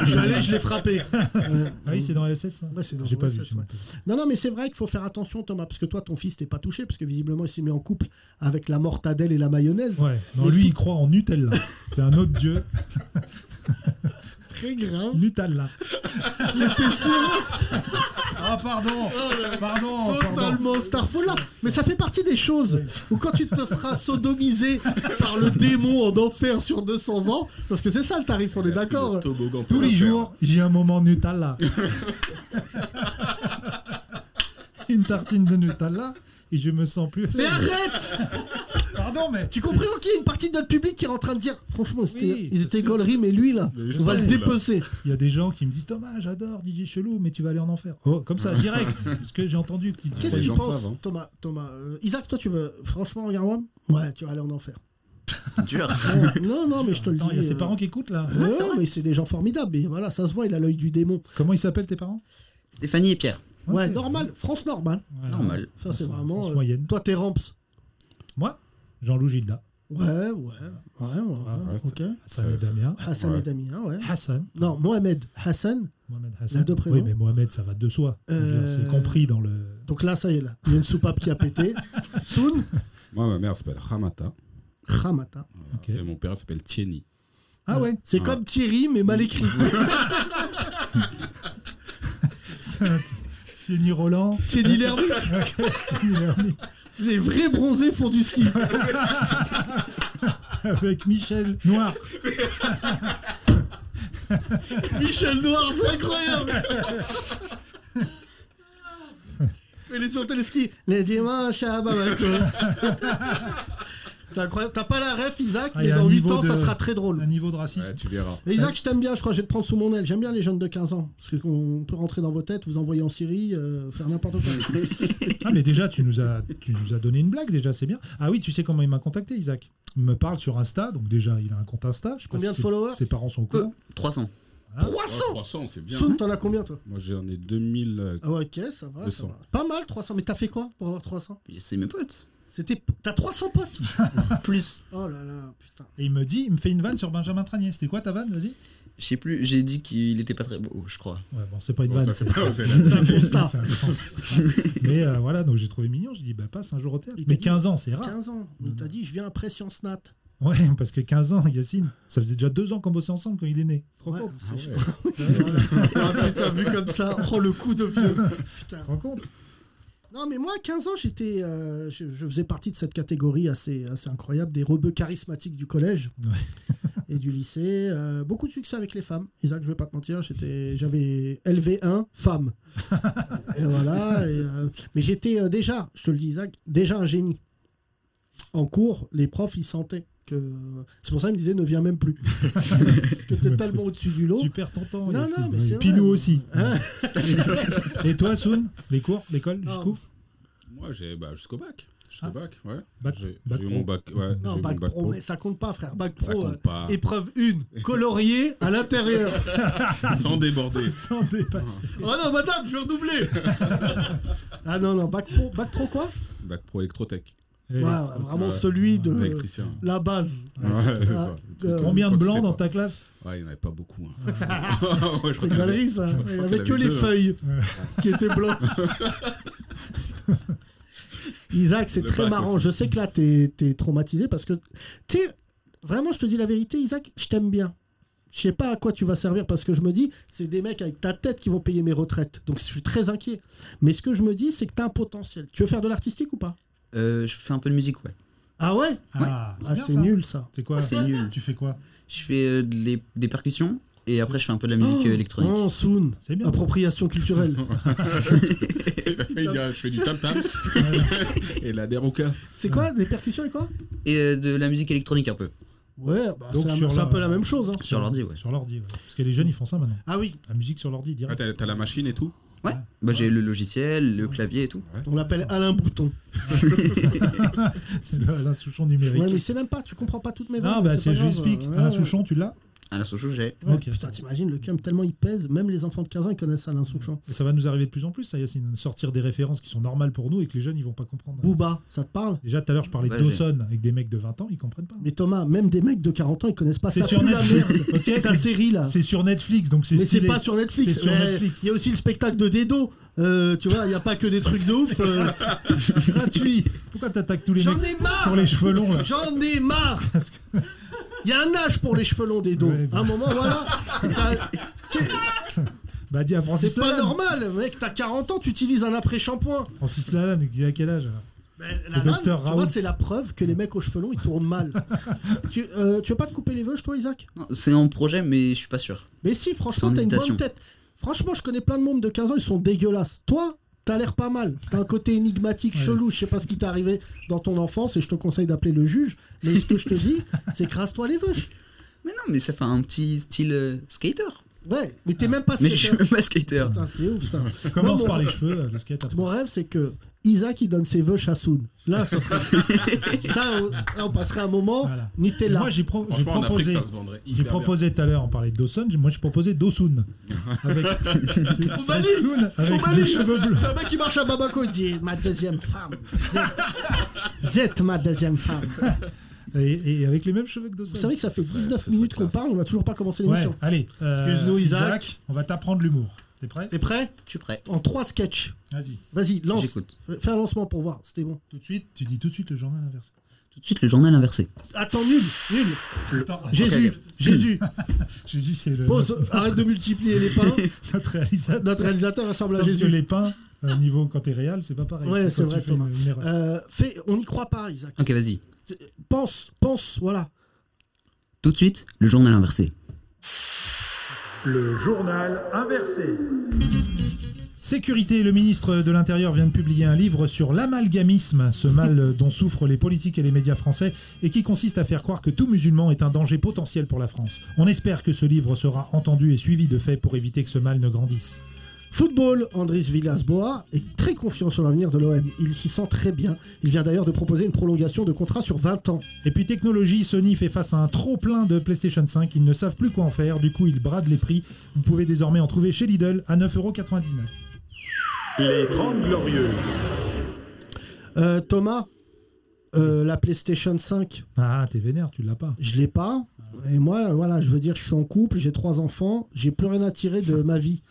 E: je suis allé, je l'ai frappé. Ouais.
D: Ah oui, c'est dans LSS ça
E: Ouais, c'est dans
D: J'ai pas
E: OSS,
D: vu. c'est
E: ouais.
D: bon.
E: Non, non, mais c'est vrai qu'il faut faire attention, Thomas, parce que toi, ton fils t'es pas touché, parce que visiblement, il s'est mis en couple avec la mortadelle et la mayonnaise.
D: Ouais. Non,
E: Mais
D: lui,
E: tout-
D: il croit en Nutella. C'est un autre dieu.
E: Très grave.
D: Nutella.
E: J'étais sûr,
D: Ah, pardon
E: Oh,
D: Pardon pardon.
E: totalement starfall là. Mais ça fait partie des choses où quand tu te feras sodomiser par le démon en enfer sur 200 ans, parce que c'est ça le tarif, on est d'accord.
G: Toboggan
D: Tous les jours, j'ai un moment Nutella. Une tartine de Nutella et je me sens plus.
E: Mais arrête
D: Pardon, mais.
E: Tu comprends qu'il y a une partie de notre public qui est en train de dire Franchement, c'était-
D: Oui,
E: ils
D: c'est
E: étaient
D: sûr.
E: gauleries, mais lui là,
G: Mais
E: on va le
G: justement, là.
E: dépecer.
D: Il y a des gens qui me disent Thomas, j'adore DJ Chelou, mais tu vas aller en enfer. Oh, comme ça, direct. Parce que j'ai entendu que tu
E: Qu'est-ce que
G: Les
E: tu
G: gens
E: penses,
G: savent, hein.
E: Thomas, Thomas euh, Isaac, toi, tu veux. Franchement, regarde-moi. Ouais, tu vas aller en enfer.
F: Dur.
E: Ouais, non, non, mais je te le dis.
D: Attends, il y a ses
E: euh,
D: parents qui écoutent là.
E: ouais, mais c'est des gens formidables. Mais voilà, ça se voit, il a l'œil du démon.
D: Comment ils s'appellent tes parents
F: Stéphanie et Pierre.
E: Ouais,
D: Ok.
E: normal. France normale.
D: Voilà.
F: Normal.
E: Ça, c'est
D: France-
E: vraiment.
D: France
E: euh,
D: moyenne.
E: Toi, t'es Ramps.
D: Moi Jean-Loup Gilda.
E: Ouais, ouais. Ouais, ouais.
D: Ouais,
E: ok.
D: Hassan et Damien.
E: Hassan
G: Ouais.
E: et Damien, ouais.
D: Hassan.
E: Non, Mohamed Hassan.
D: Mohamed
E: Il a
D: Hassan.
E: deux prénoms.
D: oui, mais Mohamed, ça va de soi. Je veux dire,
E: Euh,
D: C'est compris dans le.
E: Donc là, ça y est, là. Il y a une soupape qui a pété. Soun.
G: Moi, ma mère s'appelle Ramata.
E: Ramata.
D: Ok.
G: Et mon père s'appelle Tieni.
D: Ah ouais
E: C'est
G: Ah.
E: comme Thierry, mais mal écrit.
D: C'est un- Thierry Roland.
E: Thierry Lermite.
D: Ok, Thierry Lhermitte.
E: Les vrais bronzés font du ski.
D: Avec Michel Noir.
E: Michel Noir, c'est incroyable Il est sur le téléski. Les dimanches à Bamako. c'est incroyable. T'as pas la ref, Isaac,
D: Ah,
E: mais
D: y a un
E: dans 8
D: niveau
E: ans, ça
D: de-
E: sera très drôle.
D: Un niveau de
G: Ouais,
D: racisme.
G: tu verras.
E: Mais Isaac, je t'aime bien, je crois que je vais te prendre sous mon aile. J'aime bien les jeunes de 15 ans. Parce qu'on peut rentrer dans vos têtes, vous envoyer en Syrie, euh, faire n'importe quoi.
D: Ah mais déjà tu nous as tu nous as donné une blague déjà c'est bien. Ah oui tu sais comment il m'a contacté Isaac. Il me parle sur Insta donc déjà il a un compte Insta. Je sais pas
E: Combien
D: si ses-
E: de followers Euh.
D: Ses parents sont au
F: Peu.
D: courant.
F: 300.
E: 300
G: Oh, 300, c'est bien.
E: Soun, t'en as combien, toi
G: Moi, j'en ai 2000. euh,
E: Ah ouais, ok, ça va, ça
G: 200.
E: va. Pas mal, 300. Mais t'as fait quoi pour avoir 300
F: C'est mes potes.
E: C'était... T'as 300 potes
F: Plus.
E: Oh là là, putain.
D: Et il me dit il me fait une vanne sur Benjamin Tranier. C'était quoi ta vanne vas-y.
F: Je sais plus, j'ai dit qu'il était pas très beau, je crois.
D: Ouais bon c'est pas une
G: bon,
D: vanne.
G: Oh, ça,
D: c'est-
G: c'est pas- c'est
E: C'est un constat.
D: c'est un constat. mais euh, voilà donc j'ai trouvé mignon j'ai dit bah passe un jour au théâtre.
E: Il t'a
D: Mais
E: dit-
D: 15 ans c'est rare.
E: 15 ans. Il
C: Mm.
E: t'a dit, je viens après Science Nat.
D: Ouais parce que 15 ans Yacine ça faisait déjà deux ans qu'on bossait ensemble quand il est né. Tu te rends
E: Ouais,
D: compte
G: Ah,
E: c'est chaud.
C: Ah putain, vu comme ça, Ah oh le coup de vieux.
D: Tu te rends compte
E: Non, mais moi, à 15 ans, j'étais, euh, je, je faisais partie de cette catégorie assez, assez incroyable des rebeux charismatiques du collège et du lycée. Euh, beaucoup de succès avec les femmes. Isaac, je vais pas te mentir, j'étais, j'avais LV1 femme. et voilà. et, euh, mais j'étais euh, déjà, je te le dis, Isaac, déjà un génie. En cours, les profs, ils sentaient que. C'est pour ça qu'ils me disaient ne viens même plus. Parce que t'es tellement au-dessus du lot.
D: Tu perds ton temps.
E: Oh. Non,
D: Yacine.
E: non, mais
D: Ouais.
E: c'est
D: Puis
E: vrai.
D: nous aussi.
E: Hein
D: Et toi Soun les cours l'école
E: Non.
D: jusqu'où
G: Moi, j'ai bah, jusqu'au bac. Jusqu'au
D: Ah.
G: bac, ouais.
D: Bac-
G: J'ai
D: bac
G: j'ai eu
D: pro.
G: mon bac. Ouais, j'ai
E: Non,
G: eu
E: bac,
G: mon bac
E: pro,
G: pro.
E: mais ça compte pas, frère. Bac
G: Ça
E: pro, euh,
G: compte pas.
E: épreuve 1, coloriée à l'intérieur.
G: Sans déborder.
D: Sans dépasser.
E: Oh non, madame, je vais redoubler Ah non, non, bac pro, bac pro quoi
G: Bac pro électrotech.
D: Eh,
E: Ouais,
D: euh,
E: Vraiment
G: Ouais.
E: celui de
G: Électricien.
E: la base.
G: Ouais, c'est
E: ça.
G: ça. Le truc,
E: Euh,
G: euh,
D: Combien de
G: quand tu
D: blancs
G: sais
D: dans
G: pas.
D: ta classe
G: Ouais, il n'y en avait pas beaucoup. hein. Ouais, je crois
E: Ah, C'est
G: qu'il y en avait-
E: galerie ça. Il n'y
G: qu'il
E: avait
G: avait
E: que les
G: deux, hein.
E: feuilles qui étaient blanches. Isaac, c'est
G: Le
E: très
G: bac
E: marrant.
G: aussi.
E: Je sais que là, t'es es traumatisé parce que, tu sais, vraiment, je te dis la vérité, Isaac, je t'aime bien. Je sais pas à quoi tu vas servir parce que je me dis, c'est des mecs avec ta tête qui vont payer mes retraites. Donc je suis très inquiet. Mais ce que je me dis, c'est que t'as un potentiel. Tu veux faire de l'artistique ou pas
F: Euh, je fais un peu de musique, ouais.
E: Ah ouais
D: Ah,
E: Ah,
D: bien,
E: c'est
D: ça.
E: nul ça.
D: C'est
G: Ah,
D: quoi
F: C'est nul.
D: Tu fais quoi
F: Je fais euh, des, des percussions et après je fais un peu de la musique euh, électronique.
E: Oh, Soon,
D: C'est bien.
E: appropriation culturelle.
G: Il a fait, il a- je fais du tam tam et la derouka.
E: c'est quoi Des percussions et quoi
F: Et euh, de la musique électronique un peu.
E: Ouais, bah,
D: Donc,
E: c'est la-
D: sur
E: c'est un
D: la-
E: peu la même chose. hein.
F: Sur l'ordi, ouais.
D: Sur l'ordi, ouais. Parce que les jeunes, ils font ça maintenant.
E: Ah oui,
D: La musique sur l'ordi,
G: Ah,
D: direct.
G: t'as t'as la machine et tout.
F: Ouais.
D: Ah.
F: Bah, j'ai le logiciel, le clavier et tout.
E: on l'appelle Alain Bouton.
D: C'est le Alain Souchon numérique.
E: Ouais, mais c'est même pas, tu comprends pas toutes mes vannes.
D: non,
E: mais
D: bah c'est
E: pas
D: je
E: grave.
D: speak.
E: Ouais,
D: Alain
E: ouais.
D: Souchon, tu l'as
F: À la Sochaux, j'ai.
E: Ouais,
D: Ok, c'est
E: putain,
D: bon.
E: t'imagines le cum tellement il pèse, même les enfants de 15 ans ils connaissent Alain Souchon.
D: Et ça va nous arriver de plus en plus, ça, Yacine. Sortir des références qui sont normales pour nous et que les jeunes, ils vont pas comprendre.
E: Booba, ça te parle
D: Déjà, tout à l'heure, je parlais de
F: Ouais, j'ai-
D: Dawson avec des mecs de 20 ans, ils comprennent pas.
E: Mais Thomas, même des mecs de 40 ans ils connaissent pas
D: C'est
E: ça.
D: sur
E: pue la
D: Netflix.
E: merde.
D: Ok,
E: C'est ta
D: c'est-
E: série là.
D: C'est sur Netflix, donc c'est
E: Mais c'est
D: stylé.
E: pas sur Netflix.
D: C'est sur
E: ouais.
D: Netflix.
E: Il y a aussi le spectacle de Dedo. Euh, tu vois, il y a pas que des trucs de ouf. euh.
D: gratuit. Pourquoi t'attaques tous les
E: J'en
D: mecs
E: ai marre
D: pour les cheveux longs là
E: J'en ai marre Il y a un âge pour les cheveux longs des dos.
D: Ouais, bah.
E: À un moment, voilà. t'as-
D: Bah, dis à Francis
E: C'est pas
D: Lalanne.
E: normal, mec. T'as 40 ans, tu utilises un après-shampoing.
D: Francis Lalanne, il a quel âge alors
E: Ben, la
D: Le
E: lame, tu
D: docteur
E: vois,
D: Raoult.
E: c'est la preuve que les mecs aux cheveux longs, ils tournent mal. tu, euh, tu veux pas te couper les veuches, toi, Isaac
F: Non, C'est en projet, mais je suis pas sûr.
E: Mais si, franchement,
F: Sans
E: t'as une bonne
F: hésitation.
E: tête. Franchement, je connais plein de monde de 15 ans, ils sont dégueulasses. Toi, t'as l'air pas mal. T'as un côté énigmatique,
D: Ouais.
E: chelou. Je sais pas ce qui t'est arrivé dans ton enfance et je te conseille d'appeler le juge. Mais ce que je te dis, c'est crasse-toi les veuches.
F: Mais non, mais ça fait un petit style euh, skater.
E: Ouais, mais t'es même pas ce
F: Ah. Mais
E: que
F: je suis
E: t'es.
F: même pas skater.
E: Putain, c'est ouf ça.
D: Commence
E: Non,
D: par
E: mon-
D: les cheveux, le skate après.
E: Mon rêve, c'est que Isaac, il donne ses vœux Chassoun. Là, ça serait. ça, on, on passerait un moment
D: Voilà.
E: Nutella.
D: Moi, j'ai pro- j'ai
G: Franchement, en Afrique,
D: proposé.
G: ça se vendrait
D: J'ai
G: hyper bien.
D: proposé tout à l'heure, on parlait de Dawson, j'ai- moi j'ai proposé Dawson. Avec, Dawson avec des cheveux bleus.
E: C'est un mec qui marche à Bamako, il dit ma deuxième femme. Z, Z, ma deuxième femme.
D: Et, et avec les mêmes cheveux que
E: Vous
D: Dawson.
E: savez que ça fait
G: serait-
E: 19
G: ce serait
E: minutes qu'on
G: classe.
E: parle, on n'a toujours pas commencé
D: Ouais,
E: l'émission.
D: allez. euh,
E: Excuse-nous, Isaac.
D: On va t'apprendre l'humour. T'es prêt
E: T'es prêt
F: Je suis prêt.
E: En trois sketchs.
D: Vas-y.
E: Vas-y, lance.
F: J'écoute.
E: Fais un lancement pour voir, c'était bon.
D: Tout de suite, tu dis tout de suite le journal inversé.
F: Tout de suite, le journal inversé.
E: Attends, nul, nul.
D: Attends,
E: Jésus, Jésus,
D: Jésus, c'est le.
E: pose,
D: notre-
E: arrête de multiplier les pains.
D: Notre réalisateur.
E: Notre réalisateur ressemble à
D: Parce que
E: Jésus.
D: les pains, au niveau quand t'es réel, c'est pas pareil.
E: Ouais, c'est
D: quand
E: vrai,
D: tu fais une-
E: Thomas.
D: une erreur.
E: Euh, fais- on n'y croit pas, Isaac.
F: Ok, vas-y.
E: Pense, pense, voilà.
F: Tout de suite, le journal inversé.
A: Le journal inversé.
D: Sécurité, le ministre de l'Intérieur vient de publier un livre sur l'amalgamisme, ce mal dont souffrent les politiques et les médias français, et qui consiste à faire croire que tout musulman est un danger potentiel pour la France. On espère que ce livre sera entendu et suivi de fait pour éviter que ce mal ne grandisse.
E: Football, Andris Villas-Boas est très confiant sur l'avenir de l'OM. Il s'y sent très bien. Il vient d'ailleurs de proposer une prolongation de contrat sur 20 ans.
D: Et puis technologie, Sony fait face à un trop plein de PlayStation 5, ils ne savent plus quoi en faire, du coup ils bradent les prix. Vous pouvez désormais en trouver chez Lidl à 9,99€.
A: Les 30 Glorieuses.
E: Euh, Thomas, euh, la PlayStation 5,
D: Ah, t'es vénère, tu l'as pas.
E: je l'ai pas. Et moi, voilà, je veux dire, je suis en couple, j'ai trois enfants, j'ai plus rien à tirer de ma vie.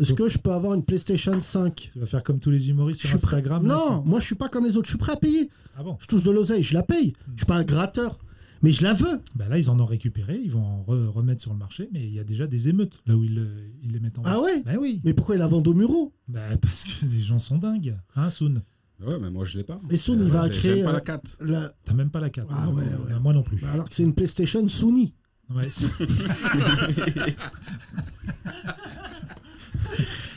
E: Est-ce que je peux avoir une PlayStation 5
D: Tu vas faire comme tous les humoristes
E: Je
D: sur
E: suis prêt.
D: Instagram. là,
E: Non,
D: qui-
E: moi je suis pas comme les autres, je suis prêt à payer.
D: Ah bon
E: Je touche de l'oseille, je la paye. Je suis pas un gratteur, mais je la veux.
D: Bah là, ils en ont récupéré, ils vont en re- remettre sur le marché, mais il y a déjà des émeutes là où ils, euh, ils les mettent en
E: Ah
D: vente.
E: ouais
D: Bah oui
E: Mais pourquoi il la vend au Muro
D: Bah parce que les gens sont dingues. Hein, Soun
G: Ouais, mais moi je l'ai pas.
E: Et Soun, il va
G: J'aime
E: créer,
G: pas
E: euh,
G: la 4.
E: La-
D: T'as même pas la carte.
E: Ah ouais, ouais.
D: Bah, Moi non plus.
E: Alors que c'est une PlayStation Sony.
D: Ouais, c'est-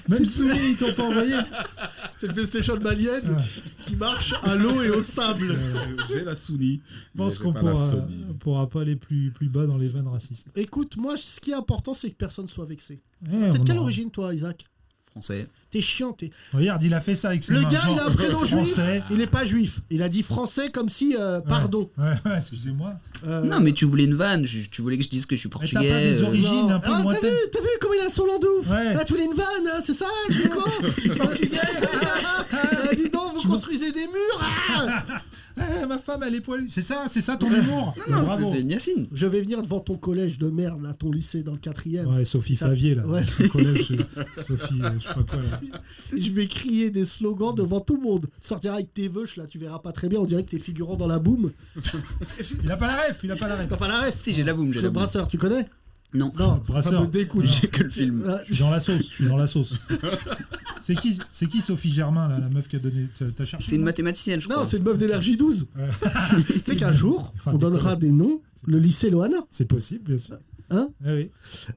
D: même Soun, ils t'ont pas envoyé.
E: C'est une PlayStation malienne
D: Ah.
E: qui marche à l'eau et au sable.
G: J'ai la Sony.
D: Je pense
G: mais j'ai
D: qu'on
G: pas la
D: pourra,
E: euh,
G: Sony.
D: pourra pas aller plus, plus bas dans les vannes racistes.
E: Écoute, moi, ce qui est important, c'est que personne soit vexé.
D: Eh,
E: T'es
D: on
E: de quelle
D: en-
E: origine, toi, Isaac
F: Français.
E: T'es chiant, t'es.
D: Regarde, il a fait ça avec ses
E: Le
D: mains,
E: gars,
D: genre,
E: il a un prénom
D: français.
E: juif. Il est pas juif. Il a dit français comme si. euh, Pardon.
D: Ouais, ouais, excusez-moi.
E: Euh,
F: Non, mais tu voulais une vanne. je- Tu voulais que je dise que je suis
D: Mais t'as pas
F: portugais.
D: des
F: euh,
D: origines
E: non.
D: un peu
E: Ah, t'as
D: lointaines.
E: vu, t'as vu comment il a son landouf
D: Ouais.
E: Ah, tu voulais une vanne, hein, c'est ça le quoi Portugais ah, ah, ah, Dis donc, vous construisez des murs ah
D: Eh, ma femme, elle est poilue. C'est ça, c'est ça ton humour.
F: Non, non,
D: Bravo.
F: c'est- c'est Yacine.
E: Je vais venir devant ton collège de merde, là, ton lycée dans le quatrième.
D: Ouais, Sophie
E: Ça-
D: Favier, là.
E: Ouais.
D: Son collège, euh, Sophie, euh, je sais pas quoi, là.
E: Je vais crier des slogans devant tout le monde. Tu sortiras avec tes veuches, là, tu verras pas très bien. On dirait que t'es figurant dans la boum.
D: Il a pas la ref, il a pas la ref.
E: T'as pas la ref
F: Si, j'ai la boum, j'ai la
E: Le
F: boum.
E: brasseur, tu connais
F: Non,
E: Non,
D: Brasseur.
E: ça me dégoûte.
F: j'ai que le film.
E: Euh,
D: Je suis dans la sauce, je suis dans la sauce. C'est qui, c'est qui Sophie Germain, là, la meuf qui a donné. t'as- T'as cherché
F: C'est une mathématicienne, je crois.
E: non, c'est une meuf d'énergie 12.
D: Ouais.
E: tu sais qu'un jour, on donnera des noms. Le lycée Loana.
D: C'est possible, bien sûr.
E: Hein
D: Ah oui.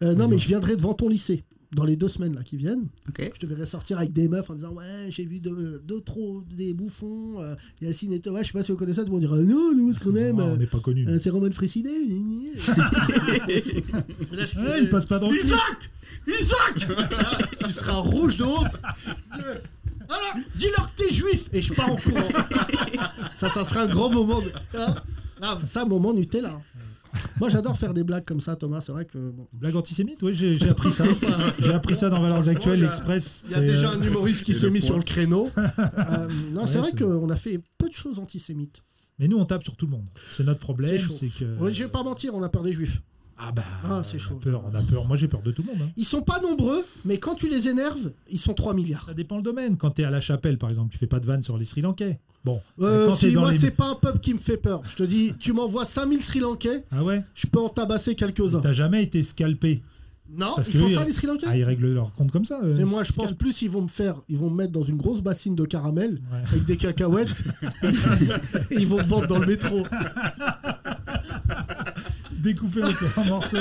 E: Euh, non, mais je viendrai devant ton lycée. Dans les deux semaines là qui viennent,
F: Ok.
E: je te verrai sortir avec des meufs en disant Ouais, j'ai vu deux, deux trop des bouffons, euh, Yacine et Thomas, je sais pas si vous connaissez ça, tout le monde dira Non, nous, ce qu'on aime,
D: Ah, on
E: euh,
D: n'est pas connus.
E: euh, c'est Roman Frissinet. gna, gna. Là, je-
D: Ouais, Eh, il passe pas dans le clip.
E: Isaac Isaac Ah, Tu seras rouge de haut. Alors, dis-leur que t'es juif et je pars en courant. ça, ça sera un grand moment. de- hein. Ah, ça, moment Nutella. Moi, j'adore faire des blagues comme ça, Thomas. C'est vrai que. bon.
D: Blague antisémite, oui, j'ai j'ai appris ça. J'ai appris ça dans Valeurs Actuelles,
E: il y a-
D: l'Express.
E: Il y a
D: et,
E: déjà
D: euh,
E: un humoriste qui
G: et
E: s'est
G: le
E: mis
G: point.
E: sur le créneau. Euh, non, c'est
D: Ouais,
E: vrai
D: c'est-
E: qu'on a fait peu de choses antisémites.
D: Mais nous, on tape sur tout le monde. C'est notre
E: C'est
D: problème,
E: chaud.
D: c'est que.
E: Ouais, Je vais pas mentir, on a peur des juifs.
D: Ah bah.
E: Ah, c'est
D: on a
E: chaud.
D: Peur, on a peur. Moi, j'ai peur de tout le monde. hein.
E: Ils sont pas nombreux, mais quand tu les énerves, ils sont 3 milliards.
D: Ça dépend le domaine. Quand t'es à la chapelle, par exemple, tu fais pas de vannes sur les Sri Lankais. Bon.
E: Euh,
D: Mais quand t'es
E: si,
D: dans
E: moi,
D: les-
E: c'est pas un peuple qui me fait peur. Je te dis, tu m'envoies 5000 Sri Lankais,
D: Ah ouais
E: je peux en tabasser quelques-uns.
D: T'as jamais été scalpé.
E: Non,
D: Parce
E: ils
D: que
E: font
D: eux,
E: ça
D: ils-
E: les Sri Lankais
D: Ah, ils règlent leur compte comme ça. euh,
E: Mais moi, je pense
D: scalp.
E: plus ils vont me faire, ils vont me mettre dans une grosse bassine de caramel
D: Ouais.
E: avec des cacahuètes et ils vont me vendre dans le métro.
D: Découper le corps en morceaux.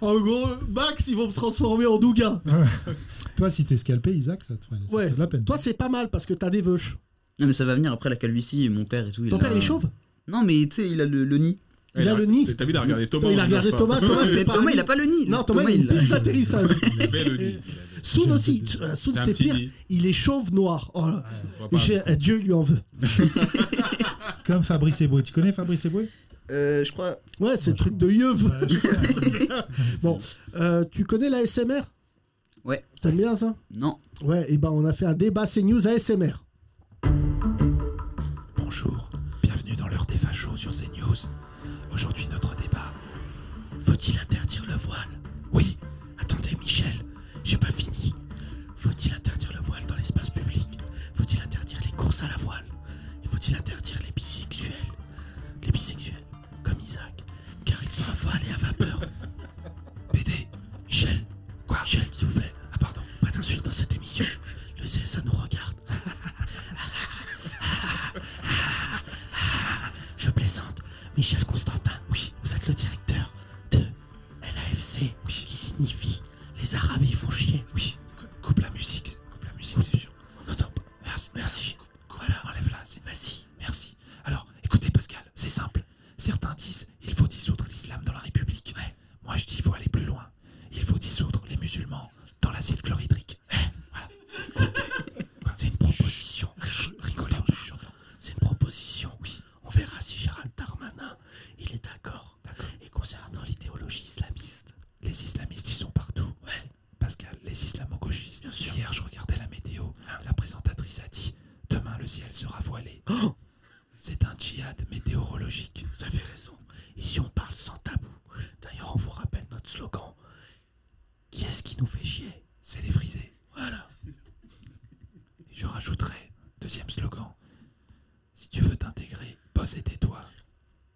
E: En gros, max, ils vont me transformer en douga.
D: Toi, si t'es scalpé, Isaac, ça te ferait ça te
E: Ouais.
D: ferait de la peine.
E: Toi, c'est pas mal parce que t'as des veuches.
F: Non, mais ça va venir après la calvitie. Mon père et tout. il
E: Ton
F: a-
E: père, il est chauve
F: Non, mais tu sais, il a le, le nid.
E: Il a le nid.
G: T'as vu, il a regardé Thomas.
E: Il a
G: en disant
E: regardé
G: ça.
E: Thomas, Thomas,
F: Mais
E: Ah, c'est pas
F: Thomas,
E: un
F: il
E: nid.
F: a pas le nid.
E: Non, Thomas, il
F: l'a.
E: piste d'atterrissage.
G: Il avait le nid.
E: Soun aussi. tu- euh, Soun,
G: T'as un
E: c'est
G: petit
E: pire.
G: nid.
E: Il est chauve noir. Oh là.
G: On voit pas.
E: J'ai- euh, Dieu lui en veut.
D: Comme Fabrice Eboué. Tu connais Fabrice Eboué
F: Euh, je crois.
E: Ouais, c'est le truc de yeuve. bon, euh, tu connais la SMR
F: Ouais.
E: T'aimes bien ça
F: Non.
E: Ouais, et ben on a fait un débat CNews ASMR.
H: Bonjour, bienvenue dans l'heure des fachos sur CNews. Aujourd'hui, notre débat. Faut-il interdire le voile Oui. Attendez, Michel, j'ai pas fini. Faut-il interdire le voile dans l'espace public Faut-il interdire les courses à la voile Et faut-il interdire les bisexuels
E: Ah,
H: Eh, Ah. voilée. C'est un djihad météorologique. Oh Vous avez raison. Ici, on parle sans tabou. D'ailleurs, on vous rappelle notre slogan. Qui est-ce qui nous fait chier C'est les frisés. Voilà. Et je rajouterai, deuxième slogan. Si tu veux t'intégrer, bosse et tais-toi.